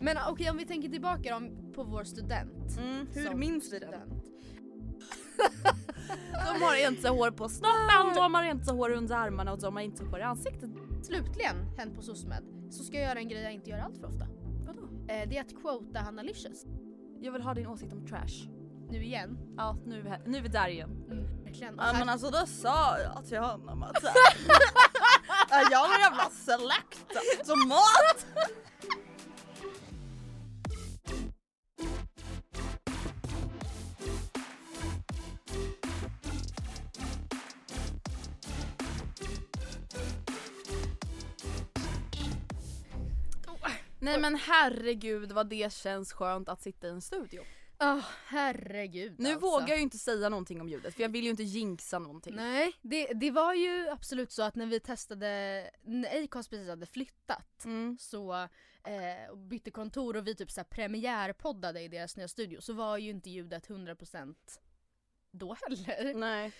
Men okej om vi tänker tillbaka om, på vår student. Mm, hur som minns vi den? De De har inte hår på snoppen, de har inte hår under armarna och de har inte hår i ansiktet. slutligen hänt på SOSMED så ska jag göra en grej jag inte gör allt för ofta. Vadå? Eh, det är att quota Hanna Licious. Jag vill ha din åsikt om trash. Nu igen. Ja, nu är vi, här. Nu är vi där igen. Verkligen. Och Ja här- men alltså då sa jag till honom att så här, att jag var en jävla slaktautomat! Nej men herregud vad det känns skönt att sitta i en studio. Åh, herregud Nu alltså. vågar jag ju inte säga någonting om ljudet för jag vill ju inte jinxa någonting. Nej, det, det var ju absolut så att när vi testade, när Acast precis hade flyttat Mm. så eh, och bytte kontor och vi typ så här premiärpoddade i deras nya studio så var ju inte ljudet 100% då heller. Nej.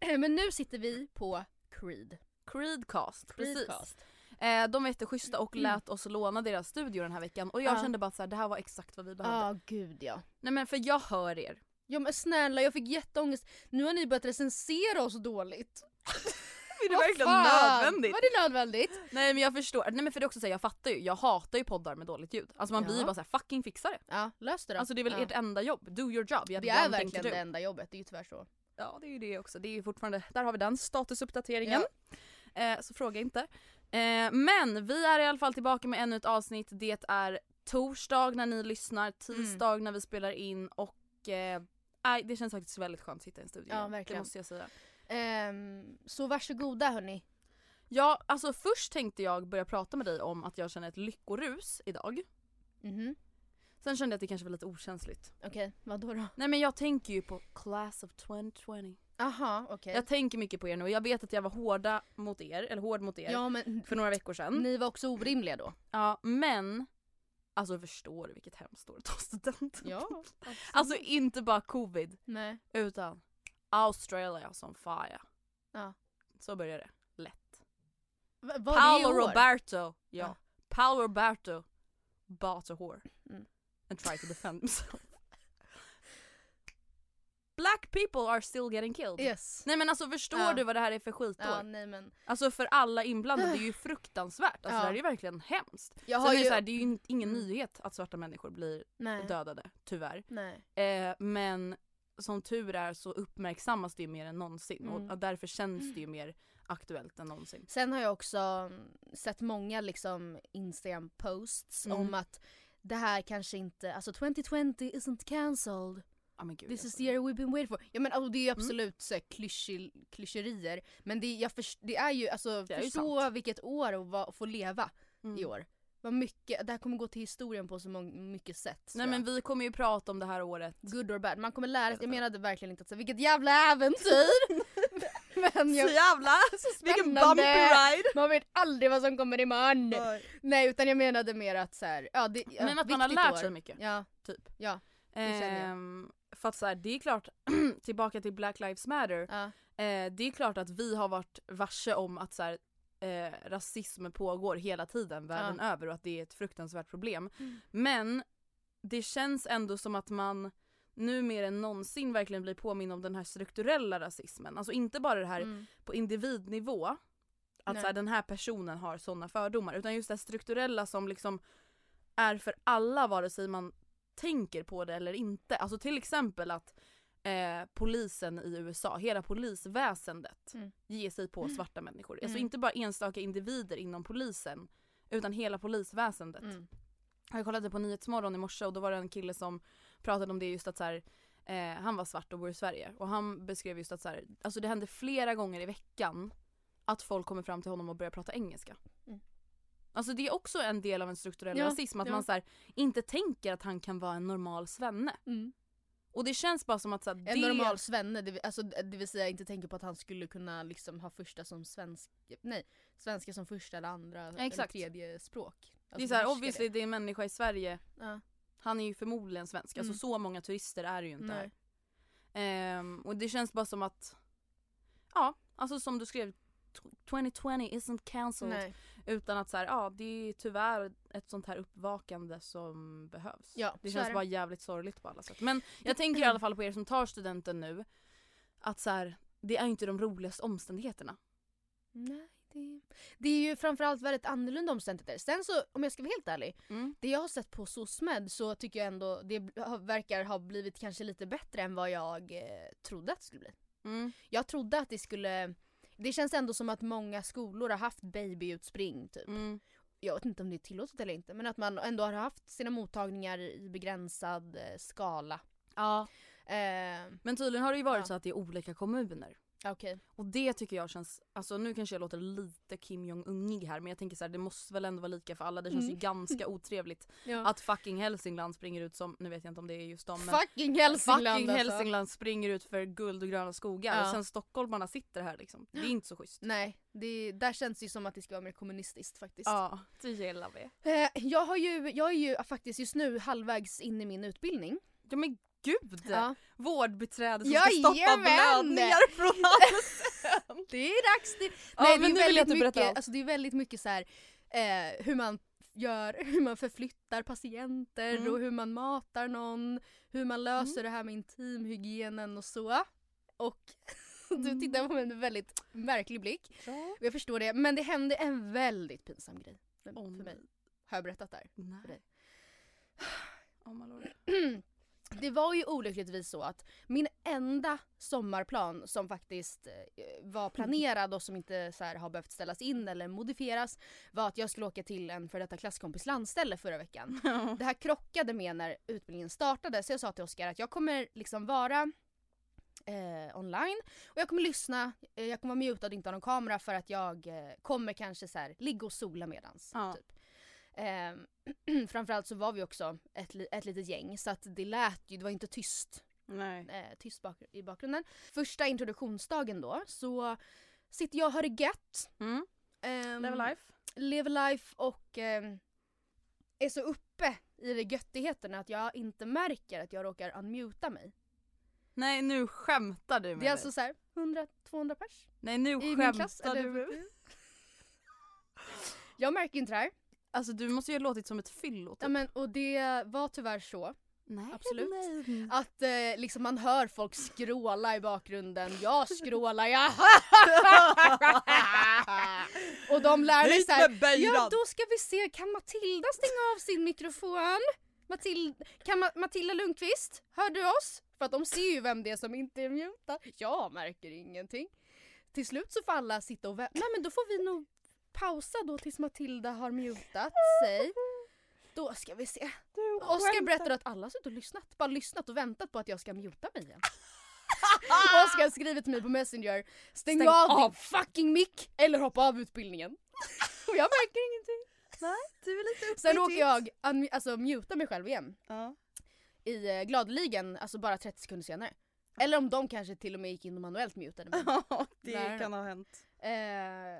Eh, Men nu sitter vi på Creed. Creedcast, precis. Creedcast. Mm. Eh, de var jätteschyssta och lät oss låna deras studio den här veckan och jag Ja. kände bara att det här var exakt vad vi behövde. Ja, Ah, gud ja. Nej men för jag hör er. Ja men snälla jag fick jätteångest. Nu har ni börjat recensera oss dåligt. Är det Vad verkligen fan? nödvändigt? Var det nödvändigt? Nej men jag förstår, nej men för det är också så här, jag fattar ju, jag hatar ju poddar med dåligt ljud. Alltså man Ja. blir ju bara såhär fucking fixa det. Ja, lös det då. Alltså det är väl ja. ert enda jobb, do your job. You Det have är one thing verkligen to do. det enda jobbet, det är ju tyvärr så. Ja det är ju det också, det är ju fortfarande, där har vi den statusuppdateringen. Eh, så fråga inte. Eh, men vi är i alla fall tillbaka med ännu ett avsnitt, det är torsdag när ni lyssnar, tisdag Mm. när vi spelar in och eh, nej, det känns faktiskt väldigt skönt att sitta i en studio. Ja, igen. Det verkligen. måste jag säga. Ehm, så varsågoda hörni. Ja alltså först tänkte jag börja prata med dig om att jag känner ett lyckorus idag. Mhm, Sen kände jag att det kanske var lite okänsligt. Okej, vadå då? Nej men jag tänker ju på class of 2020. Aha, okej. Jag tänker mycket på er nu och jag vet att jag var hårda mot er, eller hård mot er Ja men för några veckor sedan. ni var också orimliga då. Ja men, alltså förstår du vilket hemskt år att ta studenten? Ja. Alltså inte bara covid Nej. utan Australia som fire. Ja. Så börjar det. Lätt. Va, var Paolo det i år? Roberto. Ja. Ja. Paolo Roberto bought a whore. Mm. And tried to defend himself. Black people are still getting killed. Yes. Nej men alltså förstår Ja. du vad det här är för skitår? Ja, nej men. Alltså för alla inblandade, det är ju fruktansvärt. Ja. Alltså det här är ju verkligen hemskt. Jag har Sen är det, ju... Mm. så här, det är ju in- ingen nyhet att svarta människor blir nej. dödade, tyvärr. nej. Eh, men som tur är så uppmärksammas det ju mer än någonsin Mm. och därför känns det ju mer aktuellt än någonsin. Sen har jag också mm, sett många liksom Instagram-posts Mm. om att det här kanske inte, alltså 2020 isn't cancelled. Ja, men gud, This jag is sa the det. year we've been waiting for. Ja men alltså, det är Mm. ju absolut så här klyschig, klyscherier. Men det, jag förs- det är ju, alltså Det är ju förstå sant. vilket år och vad, få leva i Mm. år. Vad mycket, det här kommer gå till historien på så mång- mycket sätt. Nej tror men jag. vi kommer ju prata om det här året. Good or bad, man kommer lära sig. Jag Jag vet. menade verkligen inte att säga vilket jävla äventyr! Men Så jag, jävla, vilken bumpy Spännande. ride! man vet aldrig vad som kommer imorgon. Oj. Nej utan jag menade mer att så här, ja, det, ja, Men att man har viktigt lärt år. sig mycket. Ja, Typ. ja, känner jag. Ehm, för att så här, det är klart, tillbaka till Black Lives Matter. ja. Eh, det är klart att vi har varit varse om att så här, eh, rasism pågår hela tiden världen över och att det är ett fruktansvärt problem. Men det känns ändå som att man nu mer än någonsin verkligen blir påminn om den här strukturella rasismen. Alltså inte bara det här Mm. på individnivå, att Nej. så här, den här personen har sådana fördomar, utan just det här strukturella som liksom är för alla vare sig man tänker på det eller inte. Alltså till exempel att eh, polisen i USA, hela polisväsendet Mm. ger sig på svarta människor. Alltså Mm. inte bara enstaka individer inom polisen utan hela polisväsendet. Mm. Jag kollade på Nyhetsmorgon i morse och då var det en kille som pratade om det just att så här, eh, han var svart och bor i Sverige och han beskrev just att så här, alltså det händer flera gånger i veckan att folk kommer fram till honom och börjar prata engelska. Mm. Alltså det är också en del av en strukturell Ja, rasism att ja. man så här, inte tänker att han kan vara en normal svenne. Mm. Och det känns bara som att så här, En det... normal svenne, det vill, alltså, det vill säga inte tänka på att han skulle kunna liksom ha första som svensk, nej, svenska som första eller andra eller exakt. tredje språk. det är Alltså, så här, behärska obviously det är en människa i Sverige, Ja. han är ju förmodligen svensk. Mm. Alltså så många turister är det ju inte Nej. här. Ehm, och det känns bara som att, ja, alltså som du skrev, tw- 2020 isn't cancelled. Nej. Utan att så här, ja det är tyvärr ett sånt här uppvakande som behövs. Ja, det så känns är det. bara jävligt sorgligt på alla sätt. Men jag tänker i alla fall på er som tar studenten nu, att så här, det är inte de roligaste omständigheterna. Nej, det, det är ju framförallt väldigt annorlunda omständigheter. Sen så, om jag ska vara helt ärlig, Mm. det jag har sett på SOSMED så tycker jag ändå det har- verkar ha blivit kanske lite bättre än vad jag eh, trodde att det skulle bli. Mm. Jag trodde att det skulle, det känns ändå som att många skolor har haft babyutspring typ. Mm. jag vet inte om det är tillåtet eller inte, men att man ändå har haft sina mottagningar i begränsad eh, skala. Ja. Eh, Men tydligen har det ju varit Ja. så att det är olika kommuner. Okej. Och det tycker jag känns, alltså nu kanske jag låter lite Kim Jong-Unig här men jag tänker så här, det måste väl ändå vara lika för alla. Det känns ju ganska otrevligt Mm. Ja. att fucking Hälsingland springer ut som, nu vet jag inte om det är just dem men Fucking Hälsingland fucking alltså. Hälsingland springer ut för guld och gröna skogar Ja. och sen stockholmarna sitter här liksom. Det är inte så schysst. Nej, det, där känns det ju som att det ska vara mer kommunistiskt faktiskt. Ja, det gillar vi. Eh, jag, har ju, jag är ju faktiskt just nu halvvägs in i min utbildning. Ja men gud! Ja. Vårdbiträde som ska Jajamän! stoppa blödningar från Det är dags! Det, Ja, nej, men det, nu är vill jag väldigt inte berätta mycket, allt. alltså, det är väldigt mycket så här, eh, hur man gör, hur man förflyttar patienter Mm. och hur man matar någon, hur man löser det här med intimhygienen och så. Och du tittar på mig med en väldigt märklig blick. Mm. Ja. Jag förstår det, men det hände en väldigt pinsam grej för, Åh, för nej. mig. Har jag berättat där? Nej. Oh, my lord. Det var ju olyckligtvis så att min enda sommarplan som faktiskt eh, var planerad och som inte så här, har behövt ställas in eller modifieras var att jag skulle åka till en för detta klasskompis landställe förra veckan. Det här krockade med när utbildningen startade så jag sa till Oskar att jag kommer liksom vara eh, online och jag kommer lyssna, eh, jag kommer vara mutad och inte ha någon kamera för att jag eh, kommer kanske så här, ligga och sola medans. Ja. Typ. Ehm, framförallt så var vi också ett, li- ett litet gäng så att det lät ju, det var inte tyst, Nej. eh, tyst bak- i bakgrunden. Första introduktionsdagen då så sitter jag och har det gött. Mm. ehm, Level life. lever life och ehm, är så uppe i det göttigheten att jag inte märker att jag råkar unmuta mig. Nej nu skämtar du med Det är mig. alltså såhär 100-200 pers Nej nu i min klass. skämtar du eller- med mig. jag märker inte det här. Alltså du måste ju ha låtit som ett fyllo typ. Ja, men, och det var tyvärr så. nej, absolut. Nej. Att eh, liksom man hör folk skråla i bakgrunden, jag skrålar, jag Och de lär mig Hit med såhär, böjan! ja då ska vi se, kan Matilda stänga av sin mikrofon? Matil- kan Ma- Matilda Lundqvist, hör du oss? För att de ser ju vem det är som inte är mutad. Jag märker ingenting. Till slut så får alla sitta och vänta, nej men då får vi nog pausa då tills Matilda har mutat sig. Då ska vi se. Oskar berättar att alla har suttit och lyssnat, bara lyssnat och väntat på att jag ska muta mig igen. Oskar har skrivit till mig på Messenger, stäng, Stäng av, av." din fucking mick eller hoppa av utbildningen. och jag märker ingenting. Nej, du är lite uppe i Sen råkar ditt. jag unmu- alltså, muta mig själv igen Ja. i eh, gladeligen, alltså bara 30 sekunder senare. Eller om de kanske till och med gick in och manuellt mutade mig. Ja, det Där. kan ha hänt. Eh,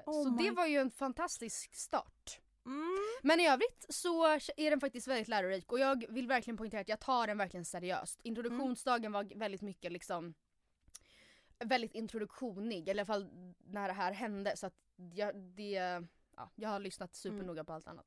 Oh så my- det var ju en fantastisk start. Mm. Men i övrigt så är den faktiskt väldigt lärorik och jag vill verkligen poängtera att jag tar den verkligen seriöst. Introduktionsdagen var väldigt mycket liksom väldigt introduktionig, eller i alla fall när det här hände så att jag, det, ja, jag har lyssnat supernoga på allt annat.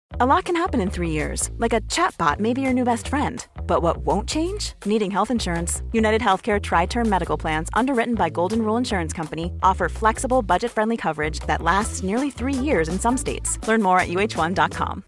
A lot can happen in three years, like a chatbot may be your new best friend. But what won't change? Needing health insurance. United Healthcare Tri Term Medical Plans, underwritten by Golden Rule Insurance Company, offer flexible, budget friendly coverage that lasts nearly three years in some states. Learn more at uh1.com.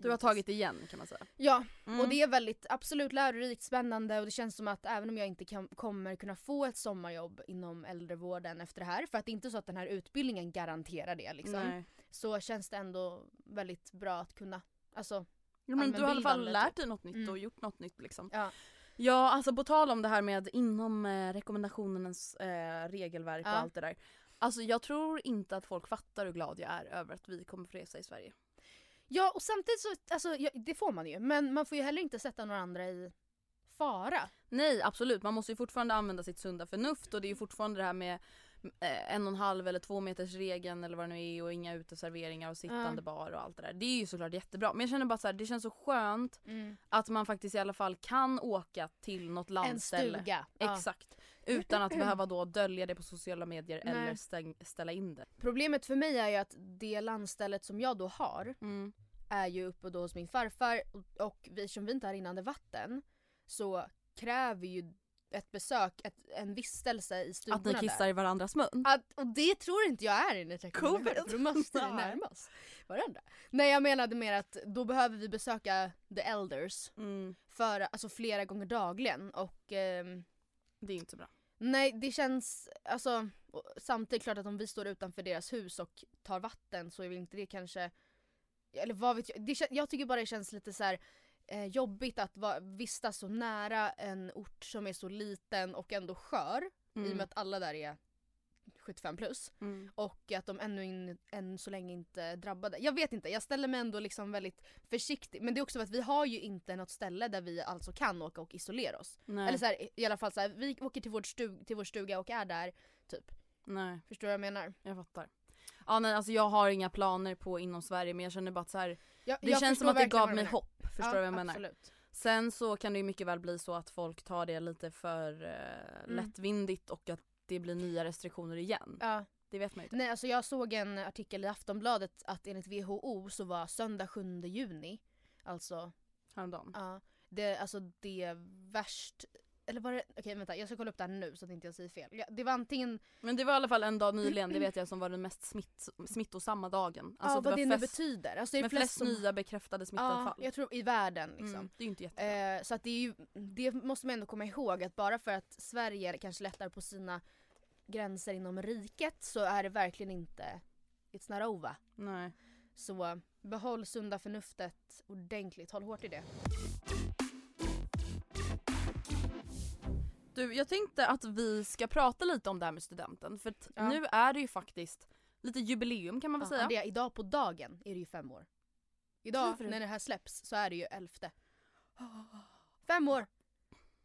Du har tagit igen kan man säga. Ja, Mm. och det är väldigt absolut lärorikt, spännande och det känns som att även om jag inte kan, kommer kunna få ett sommarjobb inom äldrevården efter det här, för att det är inte så att den här utbildningen garanterar det liksom, Nej. så känns det ändå väldigt bra att kunna. Alltså, Ja, men du har i alla fall Allmänbildande, lärt typ. dig något nytt Mm. och gjort något nytt liksom. ja. Ja, alltså på tal om det här med inom eh, rekommendationernas eh, regelverk Ja. och allt det där. Alltså jag tror inte att folk fattar hur glad jag är över att vi kommer få resa i Sverige. ja, och samtidigt så, alltså ja, det får man ju, men man får ju heller inte sätta några andra i fara. Nej absolut, man måste ju fortfarande använda sitt sunda förnuft och det är ju fortfarande det här med eh, en och en halv eller två meters regeln eller vad det nu är och inga uteserveringar och Ja. sittande bar och allt det där. Det är ju såklart jättebra men jag känner bara så här, det känns så skönt att man faktiskt i alla fall kan åka till något Mm. En landställe. stuga. Ja. Exakt. Utan att behöva då dölja det på sociala medier Nej. eller stäng, ställa in det. Problemet för mig är ju att det landstället som jag då har Mm. är ju uppe då hos min farfar och, och vi som vi inte har rinnande vatten så kräver ju ett besök, ett, en vistelse i Att stugorna ni kissar där. i varandras mun. Att, och det tror inte jag är inne i trädgården, Covid. för då måste vi Nej. närma oss varandra. Nej jag menade mer att då behöver vi besöka the elders Mm, för, alltså, flera gånger dagligen och ehm, det är inte bra. Nej det känns, alltså och samtidigt klart att om vi står utanför deras hus och tar vatten så är väl inte det kanske, eller vad vet jag, det, kän- jag tycker bara det känns lite så här eh, jobbigt att va, vistas så nära en ort som är så liten och ändå skör i och med att alla där är 75 plus Mm. och att de ännu in, än så länge inte är drabbade. Jag vet inte, jag ställer mig ändå liksom väldigt försiktig men det är också för att vi har ju inte något ställe där vi alltså kan åka och isolera oss. Nej. Eller så här, i alla fall så här, vi åker till vår, stug, till vår stuga och är där, typ. nej, Förstår du vad jag menar? jag fattar. Ja, nej, alltså jag har inga planer på inom Sverige men jag känner bara att så här, Jag, det jag känns förstår som att det verkligen gav vad du mig menar. hopp. Förstår ja, du vad jag menar? Absolut. Sen så kan det ju mycket väl bli så att folk tar det lite för eh, Mm. lättvindigt och att det blir nya restriktioner igen. Ja. Det vet man ju inte. Nej, alltså jag såg en artikel i Aftonbladet att enligt WHO så var söndag 7 juni, alltså, Häromdagen. ja, det, alltså det värst eller var det, okej vänta jag ska kolla upp det här nu så att inte jag säger fel. Ja, det var antingen, Men det var i alla fall en dag nyligen, det vet jag, som var den mest smitt, smittosamma dagen. Alltså ja, vad det det nu var betyder. Alltså det är med flest, flest som, nya bekräftade smittade ja, fall. jag tror i världen liksom. Mm, det är ju inte jättebra. Eh, så att det, är ju, det måste man ändå komma ihåg att bara för att Sverige kanske lättar på sina gränser inom riket så är det verkligen inte It's not over. Nej. Så Behåll sunda förnuftet ordentligt, håll hårt i det. Du, jag tänkte att vi ska prata lite om det här med studenten för att Ja. nu är det ju faktiskt lite jubileum kan man väl Ja, säga. Andrea, idag på dagen är det ju fem år. Idag Tror du det? när det här släpps så är det ju elfte. Fem år!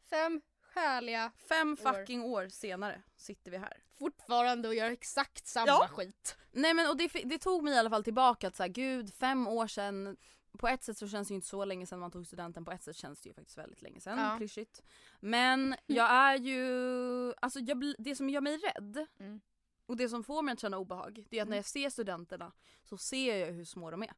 Fem härliga, Fem fucking år senare sitter vi här. fortfarande och gör exakt samma Ja. skit. Nej men och det, fi- det tog mig i alla fall tillbaka att så här, gud fem år sedan på ett sätt så känns det ju inte så länge sedan man tog studenten, på ett sätt känns det ju faktiskt väldigt länge sedan, Ja. klyschigt. Men jag är ju, alltså jag, bli- det som gör mig rädd Mm. och det som får mig att känna obehag det är att när jag ser studenterna så ser jag hur små de är.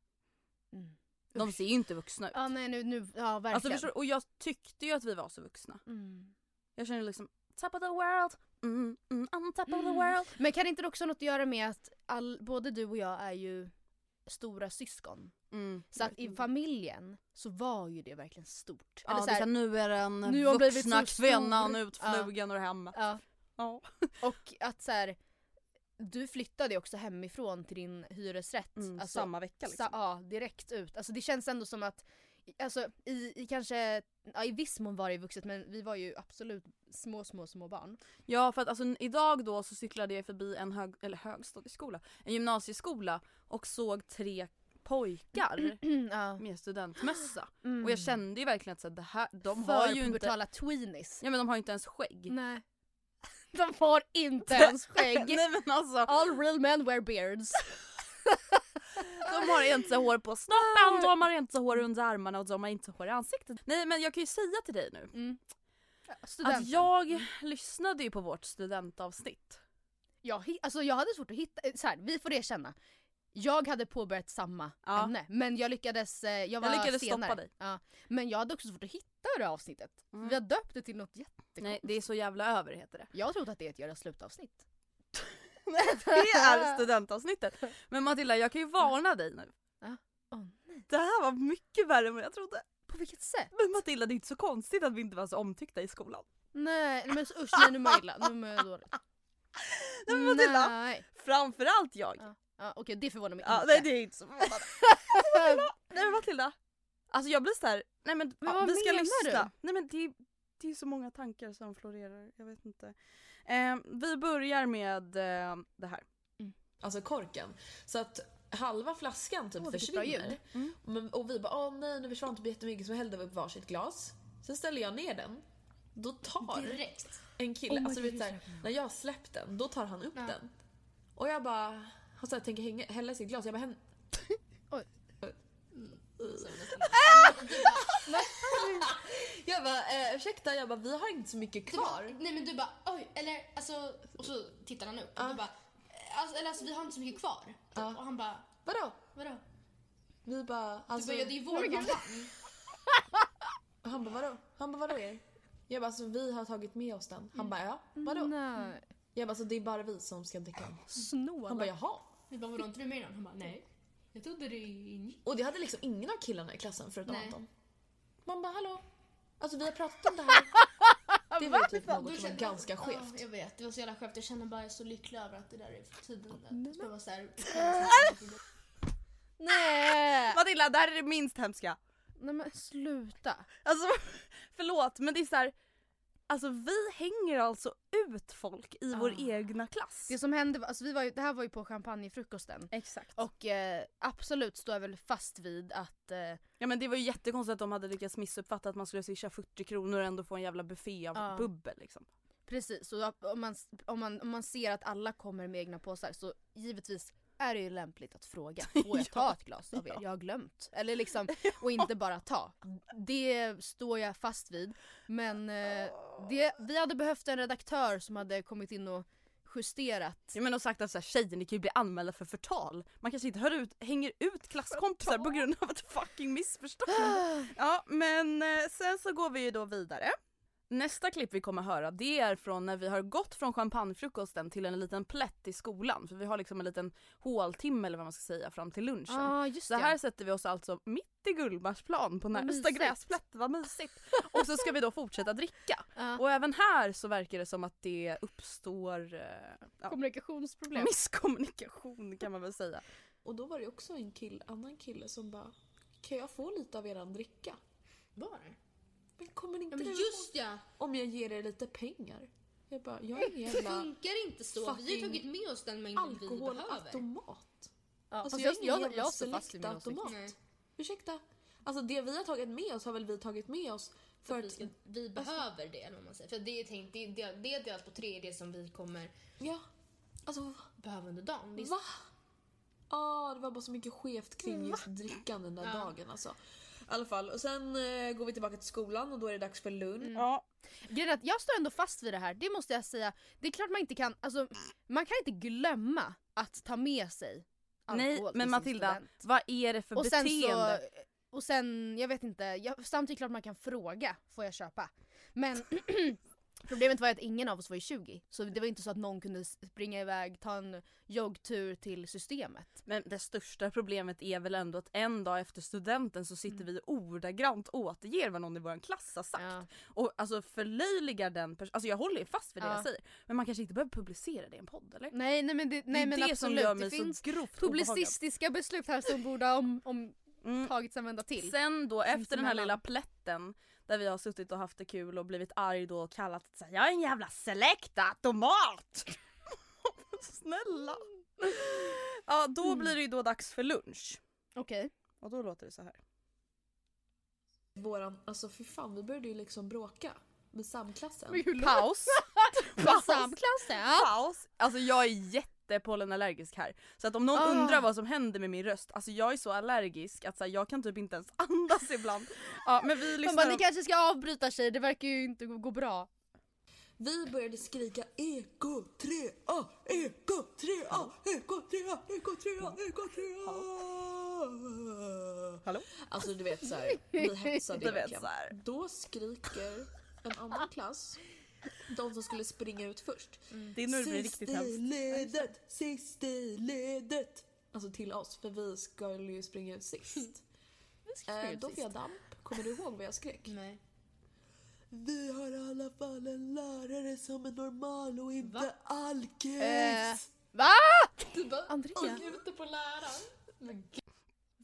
Mm. De Usch. ser ju inte vuxna ut. Ja nej nu, nu ja verkligen. alltså, förstår, du? och jag tyckte ju att vi var så vuxna. Mm. Jag känner liksom top of the world, mm, mm, I'm top of the Mm. world. Men kan inte det också ha något att göra med att all, både du och jag är ju stora syskon. Mm. Så att i familjen så var ju det verkligen stort. Ja, Eller det så är här, så här, nu är den Nu har hon blivit vuxna så stor. kvinnan Ja. utflugen ur hemmet. ja. Ja. Och att så här, du flyttade ju också hemifrån till din hyresrätt. Mm, alltså, samma vecka liksom. sa- ja, direkt ut. Alltså det känns ändå som att, alltså i, i kanske, ja i viss mån var det ju vuxet men vi var ju absolut små små små barn. Ja för att alltså, idag då så cyklade jag förbi en hög, eller högstadieskola, en gymnasieskola och såg tre pojkar ja. med studentmössa. Mm. Och jag kände ju verkligen att så här, det här, de För har ju inte, pubertala tweenies. ja men de har ju inte ens skägg. Nej. De har inte ens skägg. Nej men alltså All real men wear beards. de har inte hår på snoppen, de har inte hår under armarna och de har inte hår i ansiktet. Nej men jag kan ju säga till dig nu Studenten. Mm. att jag lyssnade ju på vårt studentavsnitt. Jag, hi- alltså jag hade svårt att hitta, eh, så här, vi får erkänna. Jag hade påbörjat samma Ja. ämne men jag lyckades, eh, jag var lyckades stoppa senare. dig. Ja. Men jag hade också svårt att hitta det här avsnittet. Mm. Vi har döpt det till något jättekonstigt. Nej det är så jävla över heter det. Jag trodde att det är ett göra slut-avsnitt. Det är studentavsnittet. Men Matilda jag kan ju varna dig nu. Mm. Ja. Åh, Det här var mycket värre än vad jag trodde. På vilket sätt? Men Matilda det är inte så konstigt att vi inte var så omtyckta i skolan. Nej men usch nej, nu mår jag illa, nu mår jag dåligt. Nej men Matilda! Nej. Framförallt jag. Ja. Ja, Okej det förvånar mig Ja, inte. nej det är inte så förvånande. Nej men Matilda. Alltså jag blir såhär, nej men, Men ja, vad vi ska menar lyssna. du? Nej men det, det är så många tankar som florerar, jag vet inte. Eh, vi börjar med eh, det här. alltså korken. Så att halva flaskan typ Åh, vilket bra ljud. Mm. försvinner. Men, och vi bara åh nej nu försvann typ jättemycket så hällde vi upp varsitt glas. Sen ställer jag ner den. Då tar en kille, alltså vet, såhär, när jag har släppt den, då tar han upp den. Och jag bara, han såhär, tänker hänga, hälla i sitt glas. Jag bara, hän- Oj. jag bara eh, ursäkta, jag bara, vi har inte så mycket kvar. Nej men du bara oj, eller alltså, och så tittar han upp och du bara, eh, alltså, eller alltså vi har inte så mycket kvar. Typ. Och han bara, Vadå? vadå? Vi bara, alltså, Du bara, ja, det är ju vår champagne. han bara vadå? Han bara vadå er? Jag bara alltså vi har tagit med oss den. Han bara ja, Mm. vadå? Nej. Jag bara alltså det är bara vi som ska dricka den. Han bara Snåla. jaha. Vi bara, vadå inte du med i den? Han bara, nej. Jag trodde det ingick. Och det hade liksom ingen av killarna i klassen förutom Nej. Anton. Man bara hallå? Alltså vi har pratat om det här. Det var ju typ något som var ganska Ja, skevt. jag vet, det var så jävla skevt. Jag känner bara jag är så lycklig över att det där är för tiden. där. Så jag var så här, jag känner så här- Nej. Matilda det här är det minst hemska. nej men sluta. Alltså förlåt men det är såhär, alltså vi hänger alltså ut folk i Ah. vår egna klass. Det som hände, var- alltså vi var ju, det här var ju på champagnefrukosten. Exakt. Och eh, absolut står jag väl fast vid att eh, Ja men det var ju jättekonstigt att de hade lyckats missuppfatta att man skulle swisha 40 kronor och ändå få en jävla buffé av Ja. bubbel liksom. precis, så om, man, om, man, om man ser att alla kommer med egna påsar så givetvis är det ju lämpligt att fråga. Får jag ta ett glas av er? Jag har glömt. Eller liksom, och inte bara ta. Det står jag fast vid. Men eh, det, vi hade behövt en redaktör som hade kommit in och justerat. Jag menar och sagt att så här, tjejer ni kan ju bli anmälda för förtal. Man kanske inte hör ut, hänger ut klasskompisar på grund av ett fucking missförstånd. ja men eh, sen så går vi ju då vidare. Nästa klipp vi kommer höra det är från när vi har gått från champagnefrukosten till en liten plätt i skolan. För vi har liksom en liten håltimme eller vad man ska säga fram till lunchen. ah, just Så här sätter vi oss alltså mitt i Gullmarsplan på närmsta mysigt. gräsplätt, vad mysigt. Och så ska vi då fortsätta dricka. Ja. Och även här så verkar det som att det uppstår eh, ja, Kommunikationsproblem. misskommunikation kan man väl säga. Och då var det också en kill, annan kille som bara “Kan jag få lite av eran dricka?” Var det? Men kommer Ja, inte men du just ja! Om jag ger er lite pengar? Jag bara, jag är ingen Det jävla funkar inte så. Vi har ju fucking tagit med oss den mängden vi behöver. alkoholautomat. Ja, alltså fast jag är jag- ingen jag- jävla jag står fast vid min åsikt. selektaautomat. Nej. Ursäkta? Alltså det vi har tagit med oss har väl vi tagit med oss för att... Vi behöver det, eller vad man säger. För det är, tänkt, det, det, det är delat på tre, det som vi kommer Ja. Alltså, behöva under dagen. Det är- va? Ja, det var bara så mycket skevt Mm. kring just drickan den där Ja. dagen alltså. I alla fall, och sen eh, går vi tillbaka till skolan och då är det dags för lunch. Mm. Ja. Grejen är att jag står ändå fast vid det här, det måste jag säga. Det är klart man inte kan, alltså man kan inte glömma att ta med sig Nej alkohol till men sin Matilda, student. vad är det för och sen beteende? så, och sen, jag vet inte, jag, samtidigt klart man kan fråga, får jag köpa? Men problemet var ju att ingen av oss var ju 20, så det var inte så att någon kunde springa iväg, ta en joggtur till systemet. Men det största problemet är väl ändå att en dag efter studenten så sitter vi och ordagrant återger vad någon i vår klass har sagt. Ja. Och alltså förlöjligar den personen, alltså jag håller ju fast vid det Ja. jag säger. Men man kanske inte behöver publicera det i en podd eller? Nej, nej men, det, det nej, är men det absolut, som gör mig det finns så grovt obehaglig. publicistiska beslut här som borde ha om, om Mm. tagits en vända till. Sen då efter den här Sinsemellan. lilla plätten där vi har suttit och haft det kul och blivit arg då och kallat så här, jag är en jävla selekta automat. Snälla. Ja då Mm. blir det ju då dags för lunch. Okej. Och då låter det så här. Våran, alltså för fan vi började ju liksom bråka med samklassen. Paus. Paus. Samklassen, ja. Paus. Alltså jag är jättepollenallergisk här. Så att om någon Ah. undrar vad som händer med min röst, alltså jag är så allergisk att så här, jag kan typ inte ens andas ibland. Ja men vi Man lyssnar bara, ni kanske ska avbryta tjejer, det verkar ju inte gå gå bra. Vi började skrika eko 3A, eko 3A, eko 3A, eko 3A, eko 3A. Hallå? Alltså du vet såhär, vi hetsade Du vet verkligen. så här. Då skriker en annan klass, de som skulle springa ut först. Det är nu det blir riktigt Sista hemskt. ledet, sista ledet. Alltså till oss, för vi skulle ju springa ut sist. springa Eh, ut då får sist. jag damp. Kommer du ihåg vad jag skrek? Nej. Vi har i alla fall en lärare som är normal och inte alkis! Eh, Va? Du bara, Andrea, "Åh, ute på läraren.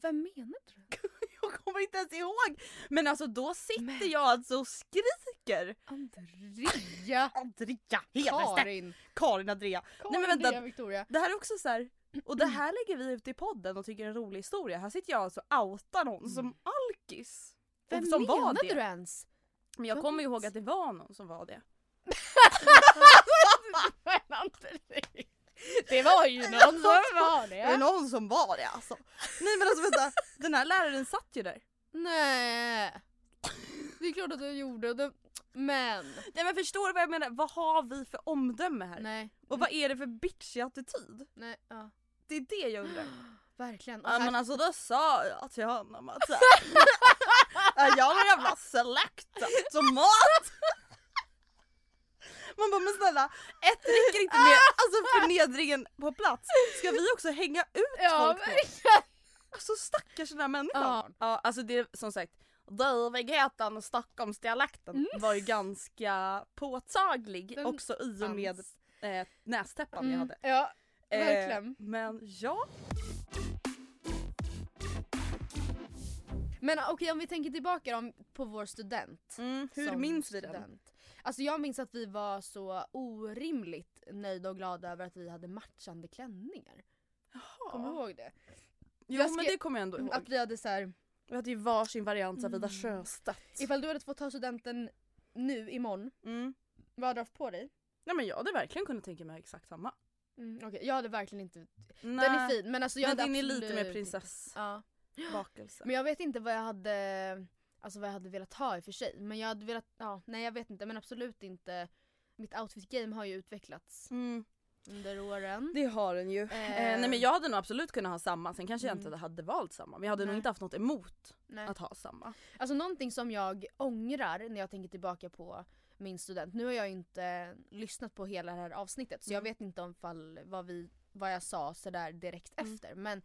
vem menar du? Jag kommer inte ens ihåg! Men alltså då sitter jag alltså och skriker! Andrea! Andrea Karin! Karin Andrea! Nej men Karin, vänta, Andrea, Victoria. Mm. det här är också så här. och det här lägger vi ut i podden och tycker är en rolig historia. Här sitter jag alltså och outar någon som alkis. Och Mm. Vem som menade var det. du ens? Men jag Jag kommer vet. ihåg att det var någon som var det. Det var ju någon som var Det är det. någon som var det alltså. Nej men alltså vänta, den här läraren satt ju där. Nej. Det är klart att jag gjorde det. Men. Nej men förstår du vad jag menar? Vad har vi för omdöme här? Nej. Och vad är det för bitchig attityd? Nej. Ja. Det är det jag undrar. Verkligen. Och Ja här, men alltså då sa jag till honom att så här, "Ja, jag var jävla selekta som mat. Man bara men snälla, ett räcker inte med alltså förnedringen på plats. Ska vi också hänga ut ja, folk nu? verkligen. Alltså stackars den här människan. Ja. ja alltså det är som sagt drivigheten och Stockholmsdialekten var ju ganska påtaglig Mm. Den också i och med fanns. eh, nästäppan jag Mm, hade. ja. Eh, Verkligen. men ja. Men okej om vi tänker tillbaka om, på vår student. hur Mm, som minns vi den? student. Alltså jag minns att vi var så orimligt nöjda och glada över att vi hade matchande klänningar. Kommer du ihåg det? Jo Jag men skrev- Mm, det kommer jag ändå ihåg. Att vi hade så här, Vi hade ju varsin variant av Vida Sjöstedt. ifall du hade fått ta studenten nu imorgon, Mm. vad hade du haft på dig? Nej men jag hade verkligen kunnat tänka mig exakt samma. Mm, okej, jag hade verkligen inte... Nej. Den är fin men alltså jag Men hade den är lite absolut mer inte- prinsessbakelse. Ja. Alltså. Men jag vet inte vad jag hade Alltså vad jag hade velat ha i och för sig. Men jag hade velat, ja nej jag vet inte men absolut inte. Mitt outfit game har ju utvecklats Mm, under åren. det har den ju. Eh, Ehm. nej men jag hade nog absolut kunnat ha samma, sen kanske jag inte hade valt samma. Men jag hade nog Mm. Nej. inte haft något emot nej. att ha samma. Alltså någonting som jag ångrar när jag tänker tillbaka på min student. Nu har jag ju inte lyssnat på hela det här avsnittet så jag vet inte om fall vad, vi, vad jag sa sådär direkt efter. Men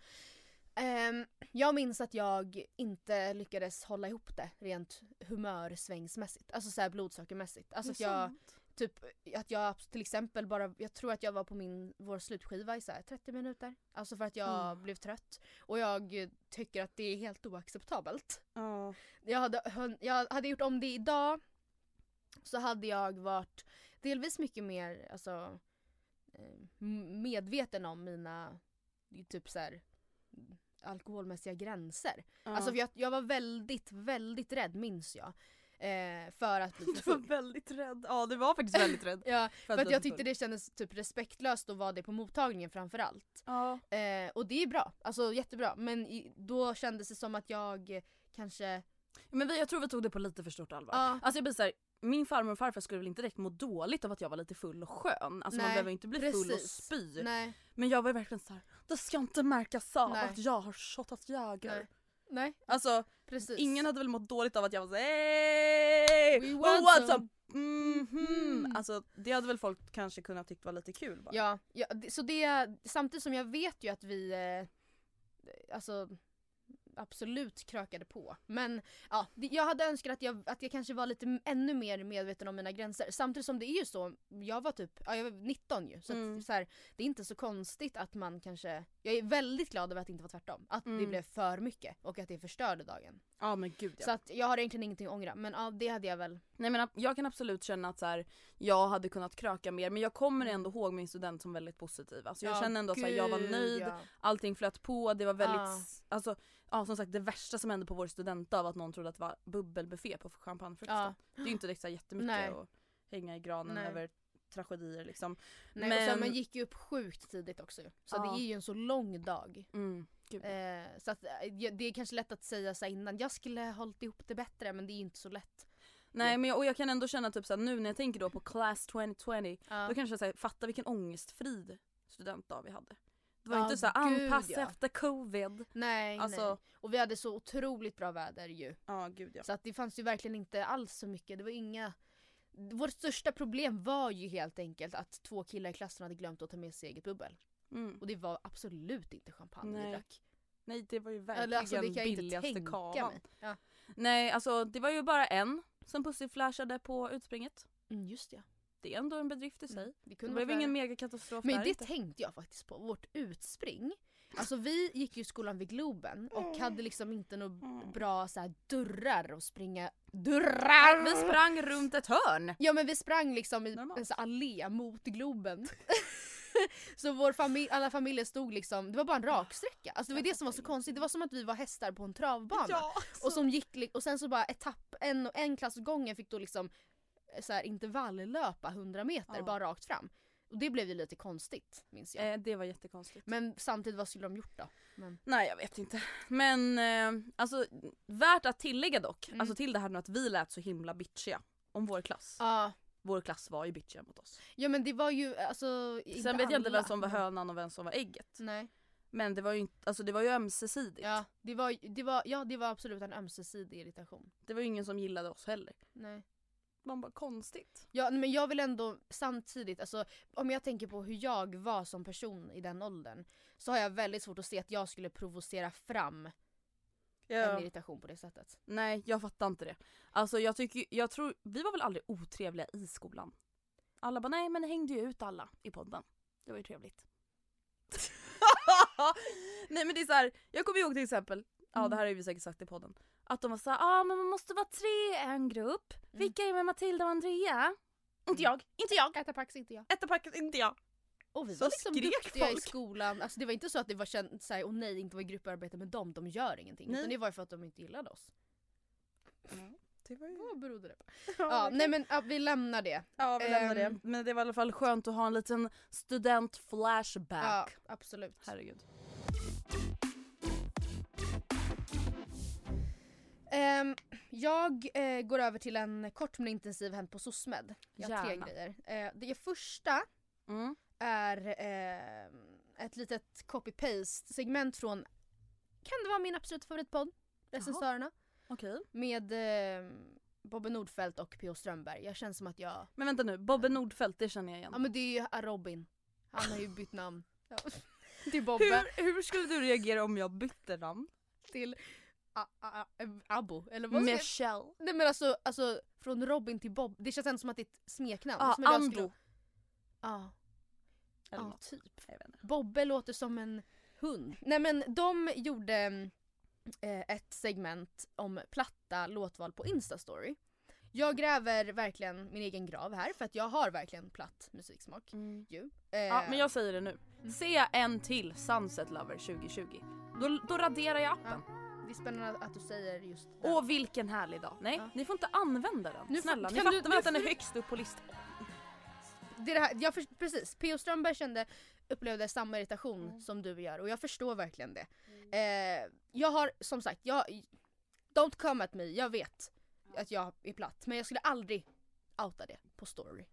ehm, jag minns att jag inte lyckades hålla ihop det rent humörsvängsmässigt. Alltså såhär blodsockermässigt. Alltså att jag Typ att jag abs- till exempel bara, jag tror att jag var på min, vår slutskiva i så här 30 minuter. Alltså för att jag blev trött. Och jag eh, tycker att det är helt oacceptabelt. Ja. Jag hade, hön- jag hade gjort om det idag så hade jag varit delvis mycket mer alltså, eh, m- medveten om mina typ så här, alkoholmässiga gränser. Ja. Alltså för jag, jag var väldigt, väldigt rädd minns jag. Eh, för att bli för Du var full. väldigt rädd. Ja du var faktiskt väldigt rädd. Ja, för bli för att alltså- jag för tyckte full. det kändes typ respektlöst att vara det på mottagningen framförallt. Ja. Eh, och det är bra, alltså jättebra. Men i, då kändes det som att jag eh, kanske... Men vi, jag tror vi tog det på lite för stort allvar. Ja. Alltså jag blir så här, min farmor och farfar skulle väl inte direkt må dåligt av att jag var lite full och skön. Alltså man Nej, behöver inte bli full och precis. spy. Nej, Men jag var ju verkligen så här, det ska inte märkas av Nej. att jag har shottat Jäger. Nej. nej Alltså precis. ingen hade väl mått dåligt av att jag var såhär We We want want some." Mm. some Mhm. Alltså det hade väl folk kanske kunnat tyckt var lite kul bara. Ja, ja det- så det, samtidigt som jag vet ju att vi eh, alltså absolut krökade på. Men ja, det, jag hade önskat att jag, att jag kanske var lite m- ännu mer medveten om mina gränser. Samtidigt som det är ju så, jag var typ ja, jag var 19 ju. Så, Mm. att, så här, det är inte så konstigt att man kanske, jag är väldigt glad över att det inte var tvärtom. Att det Mm. blev för mycket och att det förstörde dagen. Ja men gud ja. Så att jag har egentligen ingenting att ångra men ja, det hade jag väl. Nej men ab- jag kan absolut känna att så här, jag hade kunnat kröka mer men jag kommer ändå ihåg min student som väldigt positiv. Alltså jag Mm. Ja, känner ändå att jag var gud, nöjd, ja. allting flöt på, det var väldigt, Ja. s- alltså ja som sagt det värsta som hände på vår studentdag var att någon trodde att det var bubbelbuffé på champagnefrukosten. Ja. Det är ju inte direkt så här jättemycket Nej. att hänga i granen Nej. över tragedier liksom. Nej, men... Och sen, Men- man gick ju upp sjukt tidigt också ju. Så Ja. det är ju en så lång dag. Mm, gud. Eh, så att, eh, ja, det är kanske lätt att säga så här innan, jag skulle ha hållit ihop det bättre men det är ju inte så lätt. Nej men jag, och jag kan ändå känna typ såhär nu när jag tänker då på class 2020 Ja. då kanske jag såhär, fattar vilken ångestfri studentdag vi hade. Det var Ja, inte såhär gud, anpassa ja. efter covid. Nej, Alltså- nej. Och vi hade så otroligt bra väder ju. Ja gud ja. Så att det fanns ju verkligen inte alls så mycket, det var inga vårt största problem var ju helt enkelt att två killar i klassen hade glömt att ta med sig eget bubbel. Mm. Och det var absolut inte champagne Nej, vi drack. Nej det var ju Eller verkligen alltså det kan jag inte billigaste tänka kavan. mig. Ja. Nej alltså det var ju bara en som pussyflashade på utspringet. Mm, just det. Det är ändå en bedrift i sig. Det Det Mm. kunde varit blev värre. ingen megakatastrof Men där det inte. tänkte jag faktiskt på, vårt utspring. Alltså vi gick ju i skolan vid Globen och hade liksom inte några bra så här, dörrar att springa... Dörrar! Vi sprang runt ett hörn. Ja men vi sprang liksom i Normalt. en så här allé mot Globen. så vår familj, alla familjer stod liksom, det var bara en raksträcka. Alltså det var det som var så konstigt, det var som att vi var hästar på en travbana. Ja, Och, som gick, li- och sen så bara etapp, en, en klass åt gången fick då liksom eh, så här, intervalllöpa 100 meter Ja. bara rakt fram. Och det blev ju lite konstigt minns jag. Eh, det var jättekonstigt. Men samtidigt, vad skulle de gjort då? Men, Nej jag vet inte. Men eh, alltså värt att tillägga dock, Mm. alltså till det här nu att vi lät så himla bitchiga om vår klass. ja. Vår klass var ju bitchiga mot oss. ja men det var ju alltså Sen vet jag inte alla. vem som var hönan och vem som var ägget. Nej. Men det var ju, inte, alltså, det var ju ömsesidigt. Ja det, var, det var, ja, det var absolut en ömsesidig irritation. Det var ju ingen som gillade oss heller. Nej. Man bara konstigt. Ja, men jag vill ändå samtidigt, alltså, om jag tänker på hur jag var som person i den åldern så har jag väldigt svårt att se att jag skulle provocera fram en irritation på det sättet. Nej jag fattar inte det. Alltså jag tycker, jag tror, vi var väl aldrig otrevliga i skolan. Alla bara nej men ni hängde ju ut alla i podden. Det var ju trevligt. nej men det är så här, jag kommer ihåg till exempel, ja det här har vi säkert sagt i podden. Att de var såhär, ja ah, men man måste vara tre i en grupp. Vilka är med Matilda och Andrea? Inte jag, inte jag. Äta pax inte jag. Ett packet, inte jag. Och vi Så var liksom skrek duktiga folk. i skolan, alltså, det var inte så att det var känt såhär, åh nej inte var i grupparbete med dem, de gör ingenting. Nej. Utan det var ju för att de inte gillade oss. Det var ju... Vad berodde det på? Ja, nej men ja, vi lämnar det. Ja vi lämnar Ehm. det. Men det var i alla fall skönt att ha en liten Ja, student-flashback. absolut. Herregud. Ehm, jag eh, går över till en kort men intensiv hänt på SOSMED. Jag har Gärna. tre grejer. Eh, det första Mm. är eh, ett litet copy-paste segment från, kan det vara min absoluta favoritpodd? Recensörerna. Okej. Med eh, Bobbe Nordfeldt och P.O. Strömberg. Jag känner som att jag, Men vänta nu, Bobbe Nordfeldt, det känner jag igen. ja men det är ju Robin. Han har ju bytt namn. Ja. Till Bobbe. hur, hur skulle du reagera om jag bytte namn? Till A- A- A- Abo, eller vad ska jag- Michelle. Nej men alltså, alltså från Robin till Bob, det känns ändå som att det är ett smeknamn. Ja, som idag Ambo. skulle- Ja. Eller ja, något. typ. Jag vet inte. Bobbe låter som en hund. Nej men de gjorde mm, eh, ett segment om platta låtval på Instastory. Jag gräver verkligen min egen grav här för att jag har verkligen platt musiksmak. Ju. Mm. Ja, men jag säger det nu. Ser jag en till Sunset Lover 2020, då, då raderar jag appen. Det är spännande Eh, att du säger just Åh vilken härlig dag. Nej, ni får inte använda den. Nu får- Snälla, ni kan fattar du- väl nu att den är får- högst upp på listan? det är det här, jag för, precis, P.O. Strömberg kände, upplevde samma irritation som du gör och jag förstår verkligen det. Eh, jag har som sagt, jag, don't come at me, jag vet att jag är platt men jag skulle aldrig outa det på story.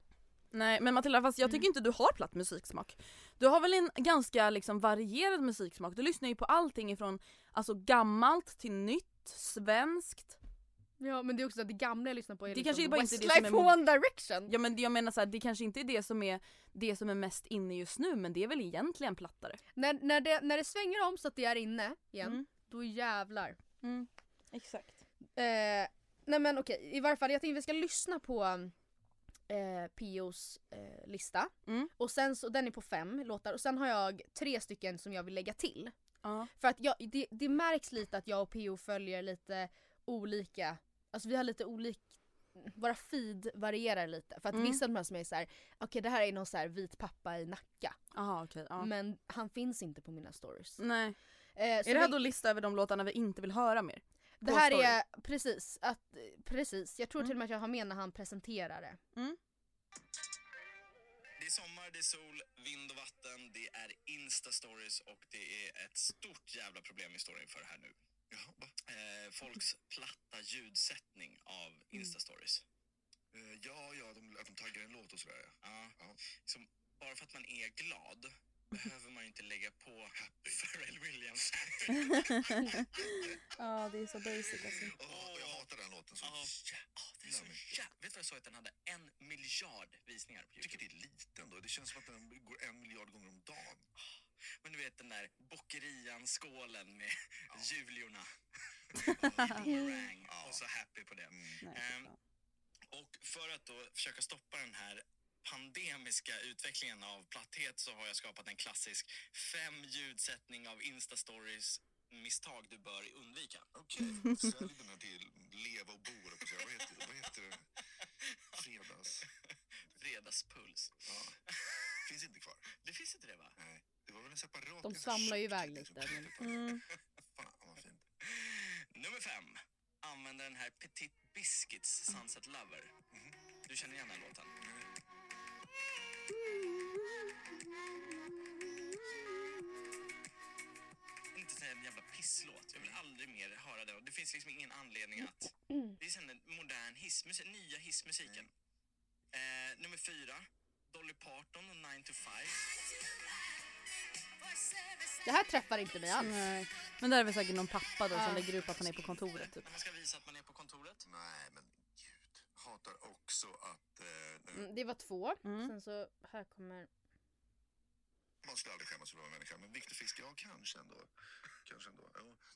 Nej men Matilda fast jag tycker inte du har platt musiksmak. Du har väl en ganska liksom varierad musiksmak. Du lyssnar ju på allting ifrån alltså gammalt till nytt, svenskt. Ja men det är också att det gamla jag lyssnar på är Det liksom kanske är bara inte det Westlife som är- One Direction. Ja men jag menar så här, det kanske inte är det som är det som är mest inne just nu men det är väl egentligen plattare. När, när, det, när det svänger om så att det är inne igen, Mm. då jävlar. Exakt. Eh, nej men okej, i varje fall jag tänkte vi ska lyssna på eh, Pios eh, lista. Mm. Och sen så, den är på fem låtar och sen har jag tre stycken som jag vill lägga till. Ja. För att jag, det, det märks lite att jag och Pio följer lite olika, alltså vi har lite olika våra feed varierar lite för att Mm. vissa av de här som är såhär, okej det här är någon så här vit pappa i Nacka Jaha okej. ja. men han finns inte på mina stories. Nej. Eh, så är det här vi- då lista över de låtarna vi inte vill höra mer? Det På här story? är precis, att, precis. Jag tror till och med att jag har med när han presenterar det. Det är sommar, det är sol, vind och vatten, det är Insta-stories och det är ett stort jävla problem vi står inför här nu. Jaha, va? Eh, folks platta ljudsättning av Mm. Insta-stories. Eh, ja, ja, de, att de taggar en låt och sådär. Ja. Liksom, bara för att man är glad behöver man ju inte lägga på Happy Pharrell Williams. Ja det är så basic alltså. Åh, jag hatar den låten så det är så jä- Vet du vad jag sa att den hade? En miljard visningar på Youtube. tycker det är lite ändå. Det känns som att den går en miljard gånger om dagen. Men du vet den där bockerian-skålen med Juliorna. Och Meringue. Och så happy på det. Ehm, och för att då försöka stoppa den här pandemiska utvecklingen av platthet så har jag skapat en klassisk fem ljudsättning av Insta-stories misstag du bör undvika. Okej, sälj den här till Leva och Bo, på vad heter, vad heter det? Fredags... Fredagspuls. Finns inte kvar. Det finns inte det va? Nej, det var väl en separat... De svamlar ju iväg lite. Men... Nummer fem. Använder den här Petit Biscuits Sunset Lover. Du känner igen den här låten? Inte sån här jävla pisslåt. Jag vill aldrig mer höra den. Och Det finns liksom ingen anledning att... Eh, Det är sån där modern hissmusik, nya hissmusiken. Eh, nummer fyra. Dolly Parton och 9 to 5. Det här träffar inte mig alls. Nej. Men där är väl säkert någon pappa då Ja. som lägger upp att han är på kontoret typ. När man ska visa att man är på kontoret? Nej, men gud. Hatar också att... Mm, det var två. Sen så, här kommer... Man skulle aldrig skämmas för att vara människa, men Viktor Fisk, ja kanske ändå. Kanske ändå.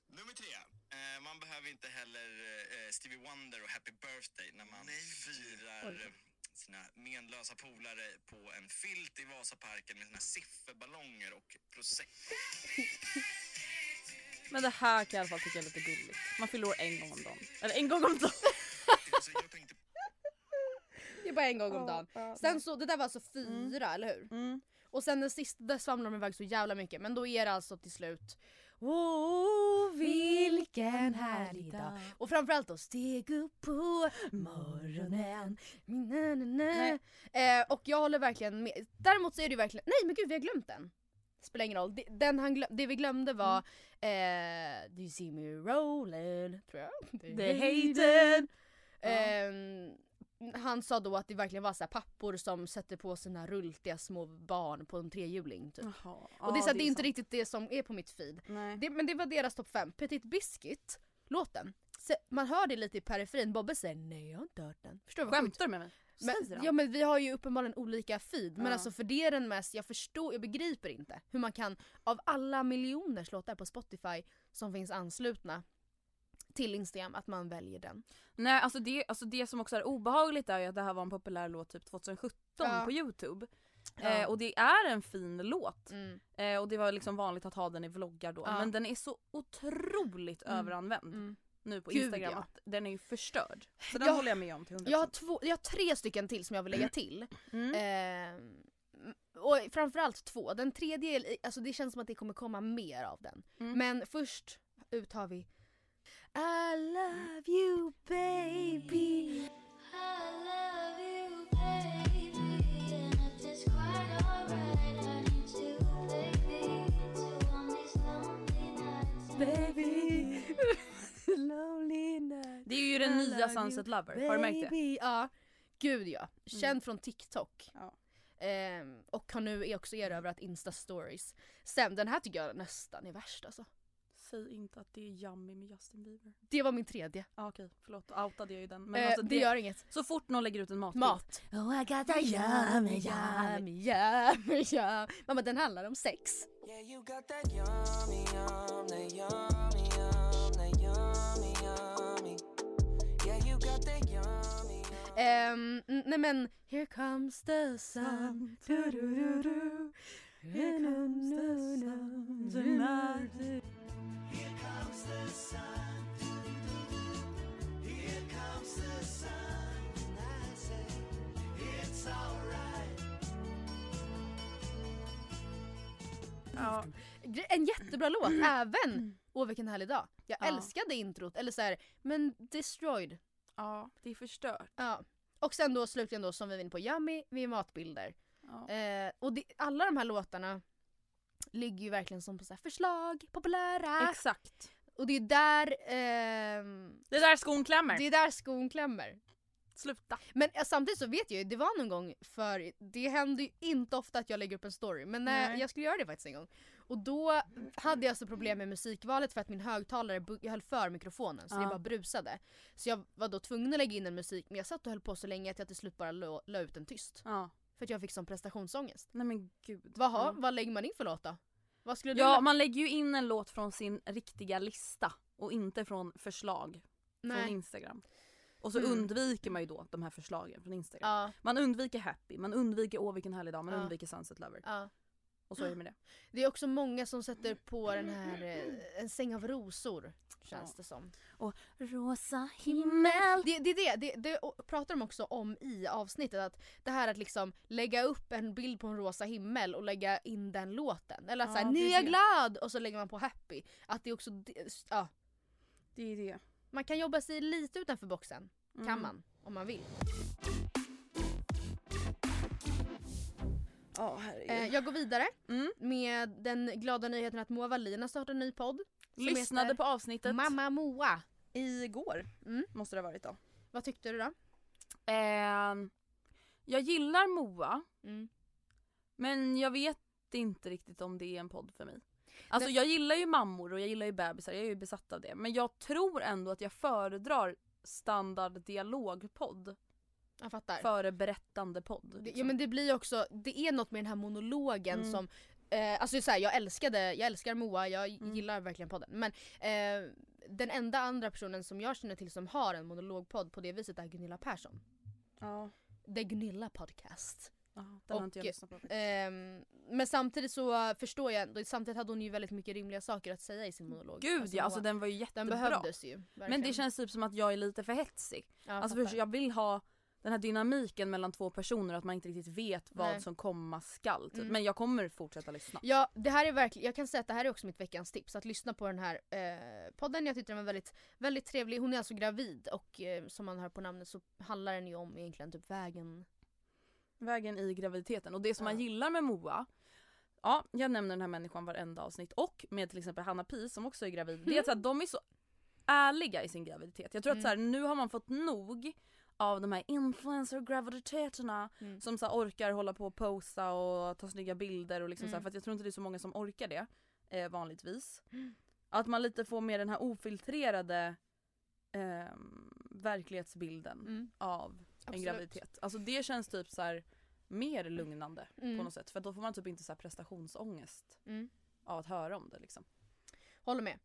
Nummer tre. Eh, man behöver inte heller eh, Stevie Wonder och Happy Birthday när man firar eh, sina menlösa polare på en filt i Vasaparken med sina sifferballonger och prosecco. Men det här kan jag i alla fall tycka är lite gulligt. Man fyller år en gång om dagen. Eller en gång om dagen. alltså, jag tänkte Det är bara en gång om dagen. Sen så, det där var alltså fyra, eller hur? Och sen den sista, där svamlar de iväg så jävla mycket. Men då är det alltså till slut... Åh, vilken härlig dag. Och framförallt då, steg upp på morgonen. Min na, na, na. Eh, och jag håller verkligen med. Däremot så är det ju verkligen, nej men gud vi har glömt den. Spelar ingen roll. Det, den han glöm, det vi glömde var eh, Do you see me rolling? Tror jag. The hated. Ehm, han sa då att det verkligen var så här pappor som sätter på sina rultiga små barn på en trehjuling typ. Jaha. och det är, så här, det är inte sant. riktigt det som är på mitt feed. Nej. Det, men det var deras topp 5. Petit Biscuit, låten. Se, man hör det lite i periferin, Bobbe säger nej jag har inte hört den. Förstår du vad sjukt? Skämtar du med mig? Säger Men, han? ja men vi har ju uppenbarligen olika feed men Ja. alltså för det är den mest, jag förstår, jag begriper inte hur man kan av alla miljoners låtar på Spotify som finns anslutna till Instagram att man väljer den. Nej, alltså det, alltså det som också är obehagligt är ju att det här var en populär låt typ 2017 Ja. på Youtube. Ja. Mm. Eh, och det är en fin låt. Eh, och det var liksom vanligt att ha den i vloggar då. Ja. Men den är så otroligt Mm. överanvänd Mm. nu på Gud, Instagram. ja. Att den är ju förstörd. Så den Jag- håller jag med om till 100%. Jag har, två, jag har tre stycken till som jag vill Mm. lägga till. Ehm, och framförallt två. Den tredje, är- alltså det känns som att det kommer komma mer av den. Mm. Men först ut har vi I love you baby Baby Lonely night Det är ju den I nya love Sunset you, Lover. Har du märkt det? Mm. baby. Ja. Gud ja. Känd från TikTok. Ja. Ehm, och har nu också erövrat Insta stories. Sen den här tycker jag nästan är värst alltså. Säg inte att det är Yummy med Justin Bieber. Det var min tredje. Ah, Okej, förlåt. Outade jag ju den. Eh, det gör inget. Så fort någon lägger ut en matbild. Mat. Oh, I got a yummy, yummy, yummy, yummy. Mamma den handlar om sex. Ehm, n- nej men, here comes the sun. Du-du-du-du. Here comes the sun tonight. Ja. Gre- En jättebra låt, även Åh vilken härlig dag. Jag Ja. älskade introt, eller så här, men destroyed. Ja, det är förstört. Ja. Och sen då slutligen då som vi var inne på, Yummy med matbilder. Ja. Eh, och det, alla de här låtarna ligger ju verkligen som på så här förslag, populära. Exakt. Och det är där... ehm, Det är där skon klämmer. det är där skon klämmer. Sluta. Men eh, samtidigt så vet jag ju, det var någon gång för det händer ju inte ofta att jag lägger upp en story men eh, Nej. jag skulle göra det faktiskt en gång. Och då hade jag så problem med musikvalet för att min högtalare bu- jag höll för mikrofonen så det Ja. bara brusade. Så jag var då tvungen att lägga in en musik men jag satt och höll på så länge att jag till slut bara la, la ut den tyst. Ja. För att jag fick sån prestationsångest. Nej men gud. Vad, har, Ja. vad lägger man in för låt då? Vad skulle du Ja, lä- man lägger ju in en låt från sin riktiga lista och inte från förslag från Nej. Instagram. Och så Mm. undviker man ju då de här förslagen från Instagram. Ja, Man undviker Happy, man undviker Åh vilken härlig dag, man Ja. undviker Sunset Lover. ja. Och så är det med det. Det är också många som sätter på den här eh, En säng av rosor känns Ja. det som. Och rosa himmel. Mm. Det, det, är det, det, det pratar de också om i avsnittet. Att det här att liksom lägga upp en bild på en rosa himmel och lägga in den låten. Eller att Ja, såhär, det är ni är det." glad! Och så lägger man på happy. Att det är också, det- ja. Det är det. Man kan jobba sig lite utanför boxen. Kan Mm. man. Om man vill. Ja herregud. Eh, jag går vidare Mm. med den glada nyheten att Moa Wallin har startat en ny podd. som Lyssnade heter på avsnittet Mamma Moa. igår. Mm. Måste det ha varit då. Vad tyckte du då? Ehm, jag gillar Moa. Mm. Men jag vet inte riktigt om det är en podd för mig. Alltså Nej. jag gillar ju mammor och jag gillar ju bebisar, jag är ju besatt av det. Men jag tror ändå att jag föredrar standard dialogpodd Jag fattar. före berättande podd. Det, liksom. ja men det blir ju också, det är något med den här monologen Mm. som eh, Alltså så här, jag älskade, jag älskar Moa, jag Mm. gillar verkligen podden men eh, Den enda andra personen som jag känner till som har en monologpodd på det viset är Gunilla Persson ja. The Gunilla Podcast Ja, den har inte jag Och- lyssnat på. Ehm, Men samtidigt så förstår jag ändå, samtidigt hade hon ju väldigt mycket rimliga saker att säga i sin monolog Gud ja, Moa, alltså den var ju jättebra. den behövdes ju men verkligen. det känns typ som att jag är lite för hetsig. ja, Alltså fattar. först, jag vill ha den här dynamiken mellan två personer och att man inte riktigt vet vad Nej. som komma skall. Typ. Mm. Men jag kommer fortsätta lyssna. Ja, det här är verkligen, jag kan säga att det här är också mitt veckans tips. Att lyssna på den här eh, podden. Jag tyckte den var väldigt, väldigt trevlig. Hon är alltså gravid och eh, som man hör på namnet så handlar den ju om egentligen typ vägen. Vägen i graviditeten. Och det som man Ja. gillar med Moa, ja jag nämner den här människan varenda avsnitt och med till exempel Hanna Pi som också är gravid, det är att så här, de är så ärliga i sin graviditet. Jag tror att så här, Mm. nu har man fått nog av de här influencer-graviditeterna Mm. som så här, orkar hålla på och posa och ta snygga bilder och liksom Mm. så här, för att jag tror inte det är så många som orkar det eh, vanligtvis. Mm. Att man lite får med den här ofiltrerade ehm, verklighetsbilden Mm. av en Absolut. graviditet. Alltså det känns typ så här mer lugnande på Mm. något sätt. För då får man typ inte så här prestationsångest Mm. av att höra om det liksom. Håller med.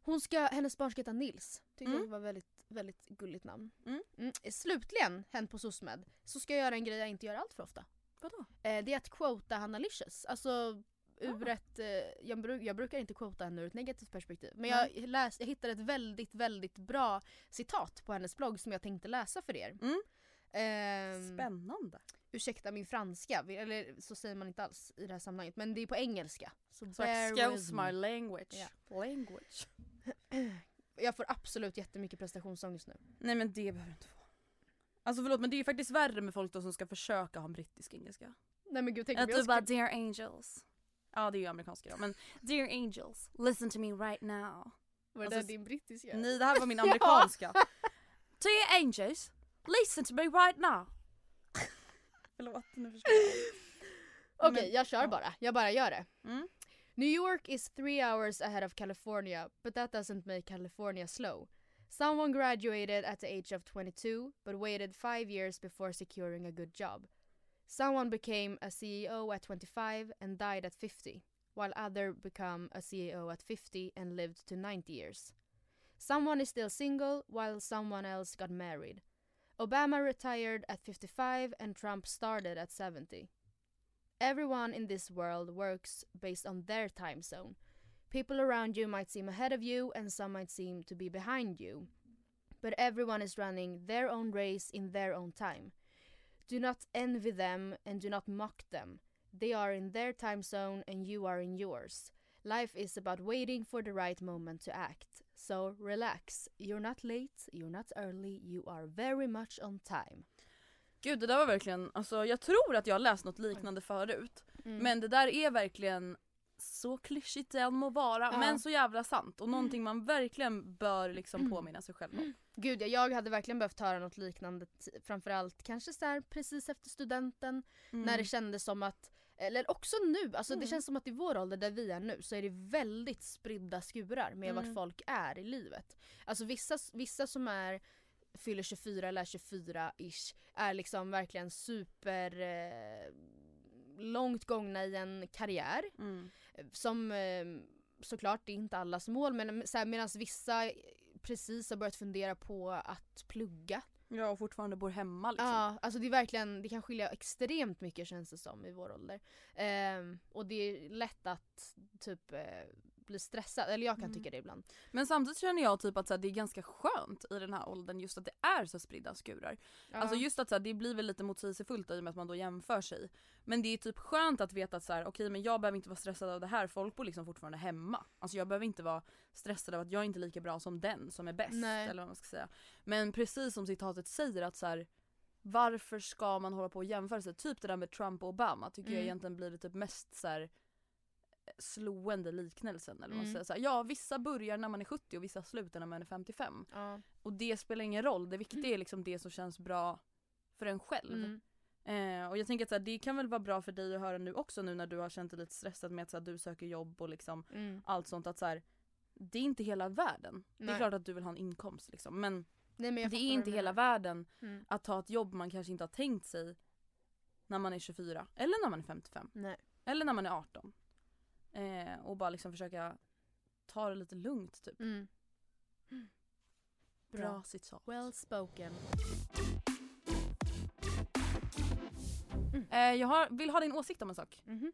Hon ska, hennes barn ska heta Nils. Tyckte Mm. det var väldigt, väldigt gulligt namn. Mm. Slutligen, hänt på SOSMED, så ska jag göra en grej jag inte gör allt för ofta. Vadå? Ah. Eh, det är att quota Hanna Licious. Alltså ur ett, eh, jag, bru- jag brukar inte quota henne ur ett negativt perspektiv. Men jag, läs- jag hittade ett väldigt, väldigt bra citat på hennes blogg som jag tänkte läsa för er. Mm. Ehm, Spännande. Ursäkta min franska, vi- eller så säger man inte alls i det här sammanhanget. Men det är på engelska. Så Så bear excuse with me. my language. Ja. Language. Jag får absolut jättemycket prestationsångest nu. Nej men det behöver du inte få. Alltså förlåt men det är ju faktiskt värre med folk då som ska försöka ha en brittisk engelska. Nej men gud, tänk om Att jag du typ bara skulle- dear angels. Ja det är ju amerikanska då men dear angels listen to me right now. Var det Alltså, där din brittiska? Nej det här var min Ja. amerikanska. dear angels listen to me right now. förlåt nu förstår Okej, jag kör bara. Jag bara gör det. New York is three hours ahead of California, but that doesn't make California slow. Someone graduated at the age of 22, but waited five years before securing a good job. Someone became a CEO at 25 and died at 50, while other become a CEO at 50 and lived to 90 years. Someone is still single, while someone else got married. Obama retired at 55 and Trump started at 70. Everyone in this world works based on their time zone. People around you might seem ahead of you and some might seem to be behind you. But everyone is running their own race in their own time. Do not envy them and do not mock them. They are in their time zone and you are in yours. Life is about waiting for the right moment to act. So relax. You're not late, you're not early, you are very much on time. Gud det där var verkligen, alltså jag tror att jag har läst något liknande förut. Mm. Men det där är verkligen så klyschigt det än må vara Ja. men så jävla sant och någonting man verkligen bör liksom påminna sig själv om. Gud ja, jag hade verkligen behövt höra något liknande t- framförallt kanske så här precis efter studenten Mm. när det kändes som att, eller också nu, alltså det Mm. känns som att i vår ålder där vi är nu så är det väldigt spridda skurar med Mm. vart folk är i livet. Alltså vissa, vissa som är fyller 24 eller är 24-ish är liksom verkligen super eh, långt gångna i en karriär. Mm. Som eh, såklart, det är inte allas mål men ehm, medan vissa precis har börjat fundera på att plugga. Ja och fortfarande bor hemma liksom. Ja, alltså det är verkligen, det kan skilja extremt mycket känns det som i vår ålder. Ehm, och det är lätt att typ eh, bli stressad, eller jag kan tycka det ibland. Men samtidigt känner jag typ att så här, det är ganska skönt i den här åldern just att det är så spridda skurar. Ja. Alltså just att så här, det blir väl lite motsägelsefullt då, i och med att man då jämför sig. Men det är typ skönt att veta att så här, okej men jag behöver inte vara stressad av det här, folk bor liksom fortfarande hemma. Alltså jag behöver inte vara stressad av att jag är inte är lika bra som den som är bäst. Nej. Eller vad man ska säga. Men precis som citatet säger att så här, varför ska man hålla på och jämföra sig? Typ det där med Trump och Obama tycker jag Mm. egentligen blir det typ mest så här eh, slående liknelsen. Eller vad man Mm. säger. Så här, ja vissa börjar när man är 70 och vissa slutar när man är 55. Och det spelar ingen roll, det viktiga är liksom det som känns bra för en själv. Mm. Eh, och jag tänker att så här, det kan väl vara bra för dig att höra nu också nu när du har känt dig lite stressad med att så här, du söker jobb och liksom Mm. allt sånt att så här, det är inte hela världen. Det är Nej. klart att du vill ha en inkomst liksom men, Nej, men jag det fattar är vad inte du hela menar. världen Mm. att ta ett jobb man kanske inte har tänkt sig när man är 24 eller när man är 55 Nej. eller när man är 18. Eh, och bara liksom försöka ta det lite lugnt typ. Mm. Bra, Bra. citat. Well spoken. Eh, jag har, vill ha din åsikt om en sak. Mhm.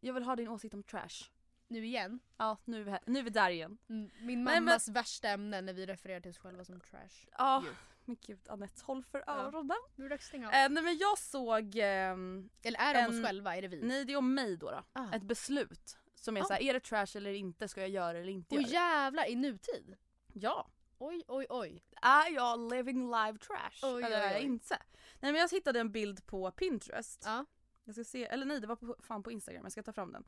Jag vill ha din åsikt om trash. Nu igen? Ja, nu är vi, här, nu är vi där igen. Mm, Min Men- mammas värsta ämne när vi refererar till oss själva som trash. Ja, Ju. men gud Anette, håll för Ja. öronen. Nu är det dags att stänga av. Eh, nej men jag såg... ehm, Eller är det om en- oss själva? Är det vi? Nej det är om mig då. då. Ah. Ett beslut. Som är Ah. såhär, är det trash eller inte? Ska jag göra det eller inte Åh göra det? jävlar, i nutid? Ja. Oj, oj, oj. Är jag living live trash? Oj, eller oj, är jag oj. Ah. inte? Nej men jag hittade en bild på Pinterest. Ja. Jag ska se, eller nej det var på, fan på Instagram, jag ska ta fram den.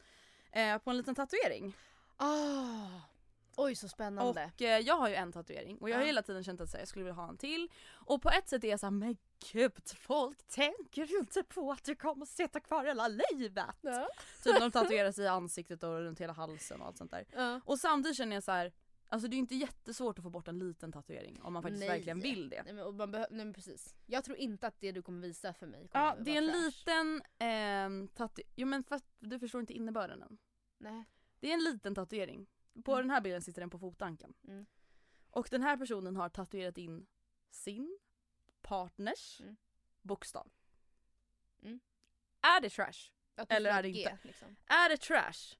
Eh, på en liten tatuering. Ah. Oj, så spännande. Och eh, jag har ju en tatuering och jag har Ja. hela tiden känt att så här, jag skulle vilja ha en till. Och på ett sätt är jag såhär, men gud folk tänker ju inte på att du kommer sitta kvar hela livet. Ja. Typ de tatuerar sig i ansiktet och runt hela halsen och allt sånt där. Ja. Och samtidigt känner jag så här, alltså det är ju inte jättesvårt att få bort en liten tatuering om man faktiskt Nej. verkligen vill det. Nej men, och man behö- nej men precis. Jag tror inte att det du kommer visa för mig kommer Ja vara det är en trash. liten ehm, tatuering, jo men fast du förstår inte innebörden än. Nej. Det är en liten tatuering På den här bilden sitter den på fotanken. Mm. Och den här personen har tatuerat in sin partners bokstav. Mm. Är det trash? Att du Eller får är det ett G, inte? liksom. Är det trash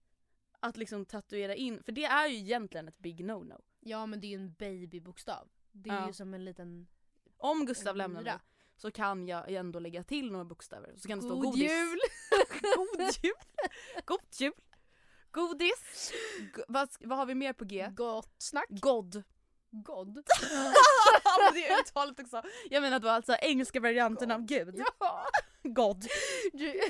att liksom tatuera in, för det är ju egentligen ett big no-no. Ja men det är ju en babybokstav. Det är Ja. ju som en liten... Om Gustav lämnar mig Myra. så kan jag ändå lägga till några bokstäver. Så kan det stå God godis. jul! God jul! God jul! Godis! G- vad, sk- vad har vi mer på G? Gott snack. God. God. Ja, men det är uttalet också. Jag menar då alltså engelska varianten av gud. Ja. God. Du-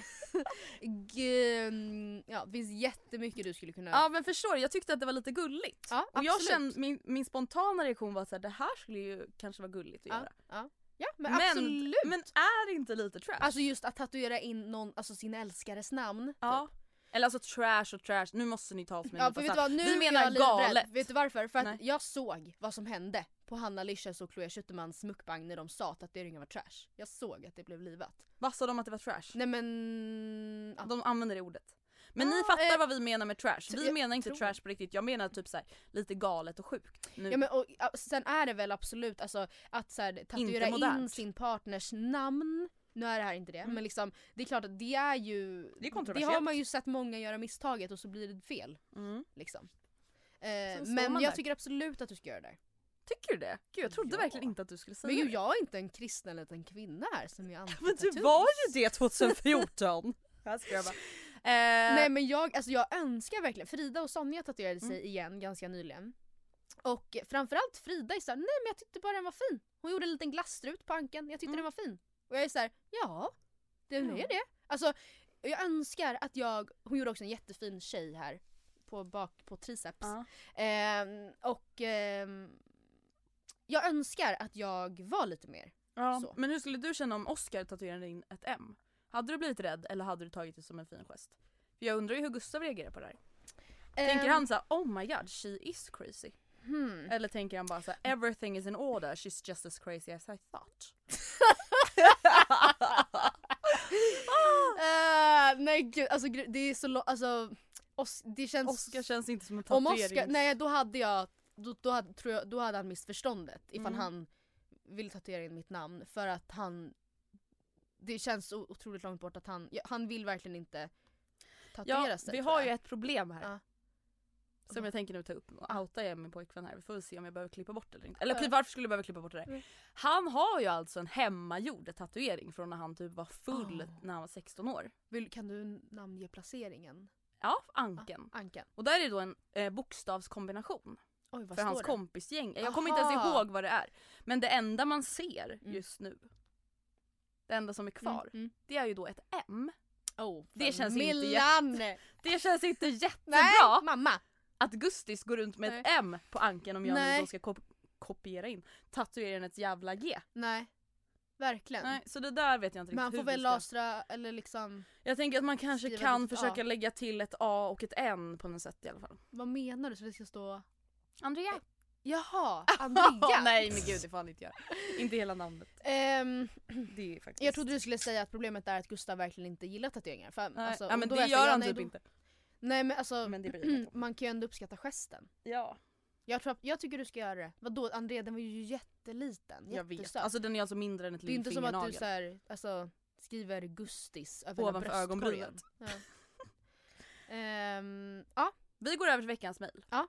G- mm, ja, det finns jättemycket du skulle kunna... Ja men förstår du, jag tyckte att det var lite gulligt. Ja, och jag absolut. kände, min, min spontana reaktion var så här, det här skulle ju kanske vara gulligt att Ja, göra. ja. Ja, men, absolut. Men är det inte lite trash? Alltså just att tatuera in någon, alltså sin älskares namn. typ. ja. Eller alltså trash och trash, nu måste ni ta oss med en Ja, nypa för vet du salt. vad, nu Vi är menar jag livrädd. galet. Vet du varför? För att Nej. jag såg vad som hände på Hanna Lyschers och Chloé Schutermans mukbang när de sa att tatueringen var trash. Jag såg att det blev livat. Vad sa de att det var trash? Nej men... Ja. De använder det ordet. Men Ja, ni fattar eh, vad vi menar med trash. Vi jag menar inte tror trash på riktigt, jag menar typ så här, lite galet och sjukt. Nu. Ja, men, och, ja, sen är det väl absolut alltså, att så här, tatuera in modernt. Mm. sin partners namn. Nu är det här inte det, men liksom, det är klart att det är ju... Det är det kontroversiellt. har man ju sett många göra misstaget och så blir det fel. Mm. Liksom. Eh, Sen står men man jag där. tycker absolut att du ska göra det där. Tycker du det? Gud jag trodde Ja. verkligen inte att du skulle säga Men gud, det. jag är inte en kristen liten kvinna här som är anti Men du var ju det 2014! jag skojar bara. Eh, Nej men jag, alltså jag önskar verkligen, Frida och Sonja tatuerade sig Mm. igen ganska nyligen. Och eh, framförallt Frida är såhär, nej men jag tyckte bara den var fin. Hon gjorde en liten glasstrut på ankeln, jag tyckte Mm. den var fin. Och jag är såhär, ja den är det. Alltså jag önskar att jag, hon gjorde också en jättefin tjej här på, bak, på triceps. Ja. Ehm, och ehm, jag önskar att jag var lite mer. ja. så. Men hur skulle du känna om Oscar tatuerade in ett M? Hade du blivit rädd eller hade du tagit det som en fin gest? För jag undrar ju hur Gustav reagerar på det här. Tänker Ehm, han såhär oh my god she is crazy? hmm. Eller tänker han bara såhär everything is in order she's just as crazy as I thought? Ah, Eh, nej gud, alltså gr- det är så lo- alltså, os- det känns... Oscar känns inte som en Om tatuering. Oscar, nej då hade jag, då, då, hade, tror jag, då hade han missförståndet ifall Mm. han ville tatuera in mitt namn för att han, det känns o- otroligt långt bort att han, ja, han vill verkligen inte tatuera ja, sig. vi tror har jag. ju ett problem här. Ja. Som jag tänker nu ta upp. Och outa jag min pojkvän här. Vi får väl se om jag behöver klippa bort det eller inte. Eller varför skulle jag behöva klippa bort det Mm. där? Han har ju alltså en hemmagjord tatuering från när han typ var full Ah. när han var 16 år. Vill, kan du namnge placeringen? Ja, anken. Ah, anken. Och där är då en eh, bokstavskombination. Oj vad för står hans det? kompisgäng. Jag kommer inte Aha. ens ihåg vad det är. Men det enda man ser just nu. Det enda som är kvar. Mm, mm. Det är ju då ett M. Oh, Det för känns inte Millan! Det känns inte jättebra. Nej mamma! att Gustis går runt med ett M på ankeln om jag Nej. nu då ska kop- kopiera in. Tatuera in ett jävla G. Nej. Verkligen. Nej, så det där vet jag inte Men han riktigt får hur vi väl ska- lasra eller liksom, Jag tänker att man kanske skriva kan dit- ja. försöka lägga till ett A och ett N på något sätt i alla fall. vad menar du? Så det ska stå Andrea. Jaha, Andrea. Nej men gud det får han inte göra. Inte hela namnet. Ehm, Det är faktiskt... jag trodde du skulle säga att problemet är att Gustav verkligen inte gillar tatueringar. För, Nej, alltså, ja, och men då det var jag så här, gör ja, han nej, typ då- inte. Nej men alltså, Men det bryr jag mig inte om. man kan ju ändå uppskatta gesten. Ja, Jag, tror, att- jag tycker du ska göra det. Vadå Andrea den var ju jätteliten, jag vet. jättesöt. Alltså den är alltså mindre än ett det är ju litet inte som att du fingernagel. så här, alltså, skriver Gustis över hela Ovanför bröstkorgen. ögonbrynet. Ja. Ehm, ja. Vi går över till veckans mejl. Ja.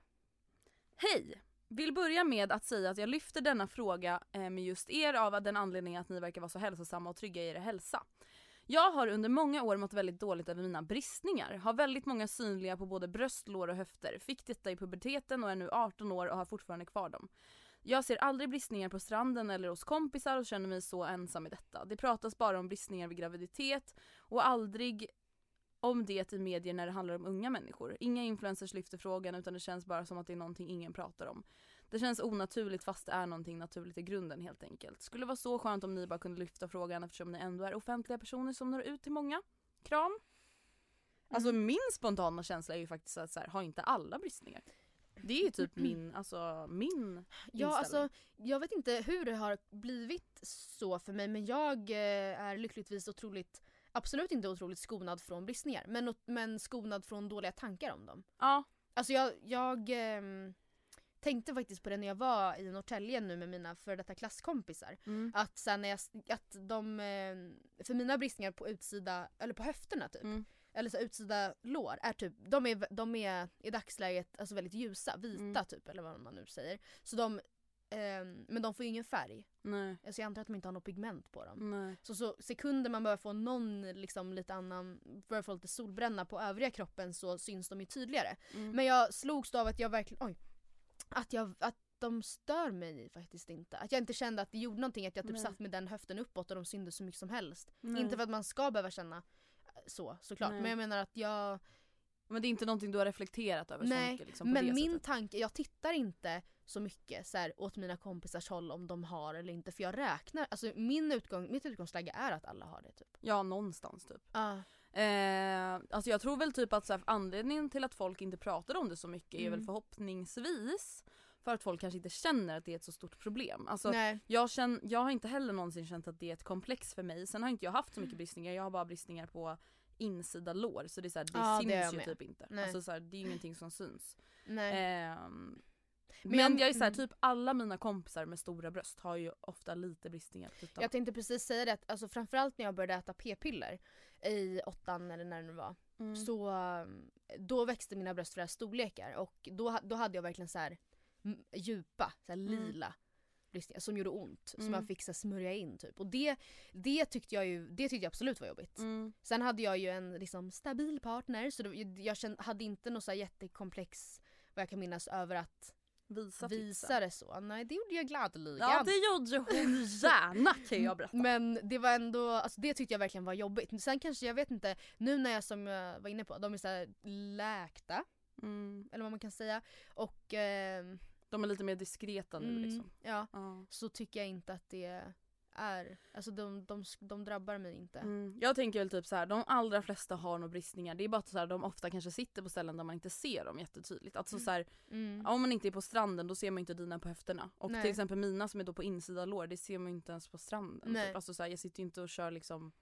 Hej! Vill börja med att säga att jag lyfter denna fråga eh, med just er av den anledningen att ni verkar vara så hälsosamma och trygga i er hälsa. Jag har under många år mått väldigt dåligt över mina bristningar. Har väldigt många synliga på både bröst, lår och höfter. Fick detta i puberteten och är nu 18 år och har fortfarande kvar dem. Jag ser aldrig bristningar på stranden eller hos kompisar och känner mig så ensam i detta. Det pratas bara om bristningar vid graviditet och aldrig om det i medier när det handlar om unga människor. Inga influencers lyfter frågan utan det känns bara som att det är någonting ingen pratar om. Det känns onaturligt fast det är någonting naturligt i grunden helt enkelt. Skulle vara så skönt om ni bara kunde lyfta frågan eftersom ni ändå är offentliga personer som når ut till många. Kram! Alltså Mm. min spontana känsla är ju faktiskt att så här, har inte alla bristningar? Det är ju typ Mm. min, alltså min Ja, alltså, inställning. jag vet inte hur det har blivit så för mig men jag eh, är lyckligtvis otroligt, absolut inte otroligt skonad från bristningar men, o- men skonad från dåliga tankar om dem. Ja, Alltså jag, jag ehm, tänkte faktiskt på det när jag var i Norrtälje nu med mina före detta klasskompisar. Mm. Att, sen när jag, s- att de, ehm, för mina bristningar på utsida, eller på höfterna typ, Mm. eller så här utsida lår, är typ, de, är, de är i dagsläget alltså väldigt ljusa, vita typ eller vad man nu säger. Så de, ehm, men de får ju ingen färg. Nej. Alltså jag antar att de inte har något pigment på dem. Nej. Så, så sekunder man börjar få någon liksom lite annan, börjar få lite solbränna på övriga kroppen så syns de ju tydligare. Mm. Men jag slogs då av att jag verkligen, oj. Att, jag, att de stör mig faktiskt inte. Att jag inte kände att det gjorde någonting att jag typ Nej. satt med den höften uppåt och de syndes så mycket som helst. Nej. Inte för att man ska behöva känna eh, så såklart. Nej. Men jag menar att jag... Men det är inte någonting du har reflekterat över så Nej, mycket liksom, på men det min sättet. tanke, jag tittar inte så mycket så här, åt mina kompisars håll om de har eller inte för jag räknar, alltså min utgång, mitt utgångsläge är att alla har det typ. Ja någonstans typ. Ah. Eh, alltså jag tror väl typ att så här, anledningen till att folk inte pratar om det så mycket är väl Mm. förhoppningsvis för att folk kanske inte känner att det är ett så stort problem. Alltså, Nej. jag, känn, jag har inte heller någonsin känt att det är ett komplex för mig. Sen har inte jag haft så Mm. mycket bristningar, jag har bara bristningar på insida lår så det, är så här, det Ja, det syns har jag ju med. typ inte. Nej. Alltså, så här, det är ingenting som syns. Nej. Ehm, Men men jag- jag är så här, mm. typ alla mina kompisar med stora bröst har ju ofta lite bristningar på tuttarna. Jag tänkte precis säga det, att alltså, framförallt när jag började äta p-piller i åttan eller när det nu var. Mm. Så um, då växte mina bröst flera storlekar och då, ha- då hade jag verkligen så här m- djupa, så här lila bristningar som gjorde ont. Som Mm. jag fick så här, smörja in typ. Och det, det tyckte jag ju det tyckte jag absolut var jobbigt. Mm. Sen hade jag ju en liksom, stabil partner så det, jag kände, hade inte något så här jättekomplex vad jag kan minnas över att Visa, visa det så. Nej det gjorde jag gladeligen. Ja det gjorde hon gärna kan jag berätta. Mm, Men det var ändå, alltså det tyckte jag verkligen var jobbigt. Sen kanske, jag vet inte, nu när jag som jag var inne på, de är så här läkta, Mm. eller vad man kan säga. Och ehm, De är lite mer diskreta nu mm, liksom. ja, Ja. så tycker jag inte att det är, alltså de, de, de drabbar mig inte. Mm. Jag tänker väl typ så här, de allra flesta har nog bristningar. Det är bara att så här, de ofta kanske sitter på ställen där man inte ser dem jättetydligt. Alltså så här, Mm. om man inte är på stranden då ser man inte dina på höfterna. Och Nej. till exempel mina som är då på insida lår, det ser man ju inte ens på stranden. Nej. Typ. Alltså så här, jag sitter ju inte och kör liksom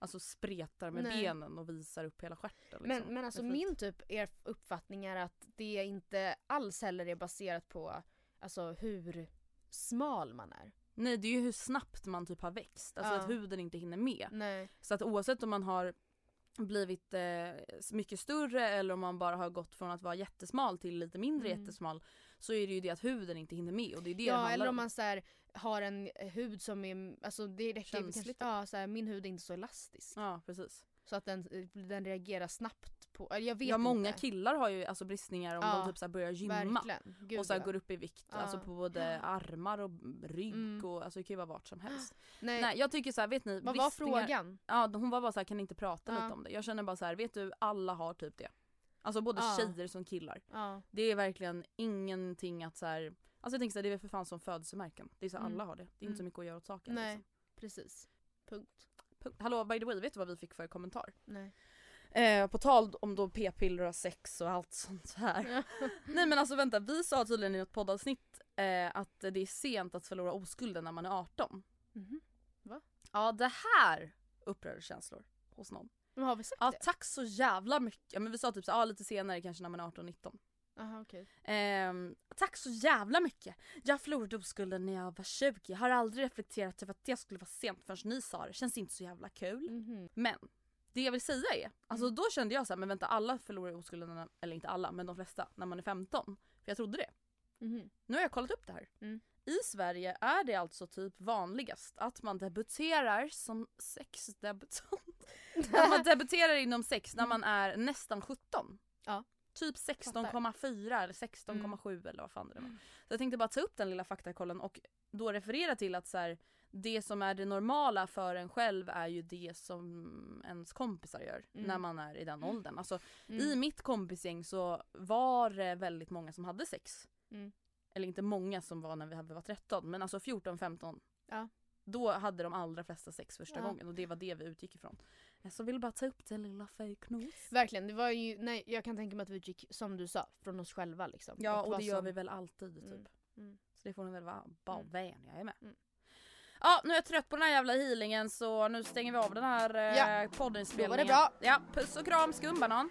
Alltså spretar med Nej. benen och visar upp hela stjärten. Liksom. Men, men alltså Med flit. min typ er uppfattning är att det inte alls heller är baserat på alltså, hur smal man är. Nej det är ju hur snabbt man typ har växt. Alltså Ja. att huden inte hinner med. Nej. Så att oavsett om man har blivit eh, mycket större eller om man bara har gått från att vara jättesmal till lite mindre Mm. jättesmal så är det ju det att huden inte hinner med och det är det det ja handlar eller om om. man så här, har en eh, hud som är, alltså det räcker ju kanske, Känsligt. ja, så här, min hud är inte så elastisk. Ja precis. Så att den, eh, den reagerar snabbt på, eller jag vet Ja många inte. killar har ju alltså bristningar om Ja, de typ så här börjar gymma. Verkligen. Gud, och så här ja. går upp i vikt, Ja. alltså på både armar och rygg Mm. och alltså det kan ju vara vart som helst. Nej, Nej, jag tycker så här, vet ni. vad var bristningar- frågan? Ja hon var bara så här, kan ni inte prata Ja. lite om det? Jag känner bara så här, vet du alla har typ det. Alltså både Ja. tjejer som killar. Ja. Det är verkligen ingenting att så här. Alltså jag tänker så här, det är väl för fan som födelsemärken. Det är så här, Mm. alla har det. Det är Mm. inte så mycket att göra åt saken. Nej, Liksom. precis. Punkt. Punkt. Hallå by the way, vet du vad vi fick för kommentar? Nej. Eh, på tal om då p-piller och sex och allt sånt här. Nej men alltså vänta, vi sa tydligen i något poddavsnitt eh, att det är sent att förlora oskulden när man är 18. Mhm. Va? Ja det här upprör känslor hos någon. Men har vi sagt Ja det? tack så jävla mycket. Ja, men vi sa typ så, här, ja, lite senare kanske när man är 18-19. Aha, okej. Ehm, tack så jävla mycket. Jag förlorade oskulden när jag var 20. Jag har aldrig reflekterat över att det skulle vara sent förrän ni sa det. Känns inte så jävla kul. Mhm. Mm. Men det jag vill säga är, alltså då kände jag så här, men vänta alla förlorar oskulden, när- eller inte alla men de flesta, när man är 15. För jag trodde det. Mhm. Nu har jag kollat upp det här. Mm. I Sverige är det alltså typ vanligast att man debuterar som sexdebutant. att man debuterar inom sex när man är nästan 17. Mm. Ja. Mm. Typ 16,4 eller 16,7 eller vad fan det var. Så jag tänkte bara ta upp den lilla faktakollen och då referera till att så här, det som är det normala för en själv är ju det som ens kompisar gör Mm. när man är i den åldern. Alltså, Mm. I mitt kompisgäng så var det väldigt många som hade sex. Mm. Eller inte många som var när vi hade- var 13 men alltså 14-15. Ja. Då hade de allra flesta sex första Ja. gången och det var det vi utgick ifrån. Så jag ville bara ta upp den lilla fejknos. Verkligen, det var ju, nej, jag kan tänka mig att vi gick som du sa, från oss själva liksom. Ja och vad det gör som- vi väl alltid typ. Mm, mm. Så det får ni väl vara, bara Mm. vänja er med. Mm. Ja nu är jag trött på den här jävla healingen så nu stänger vi av den här eh, Ja. poddinspelningen. Då var det bra. Ja puss och kram skumbanan.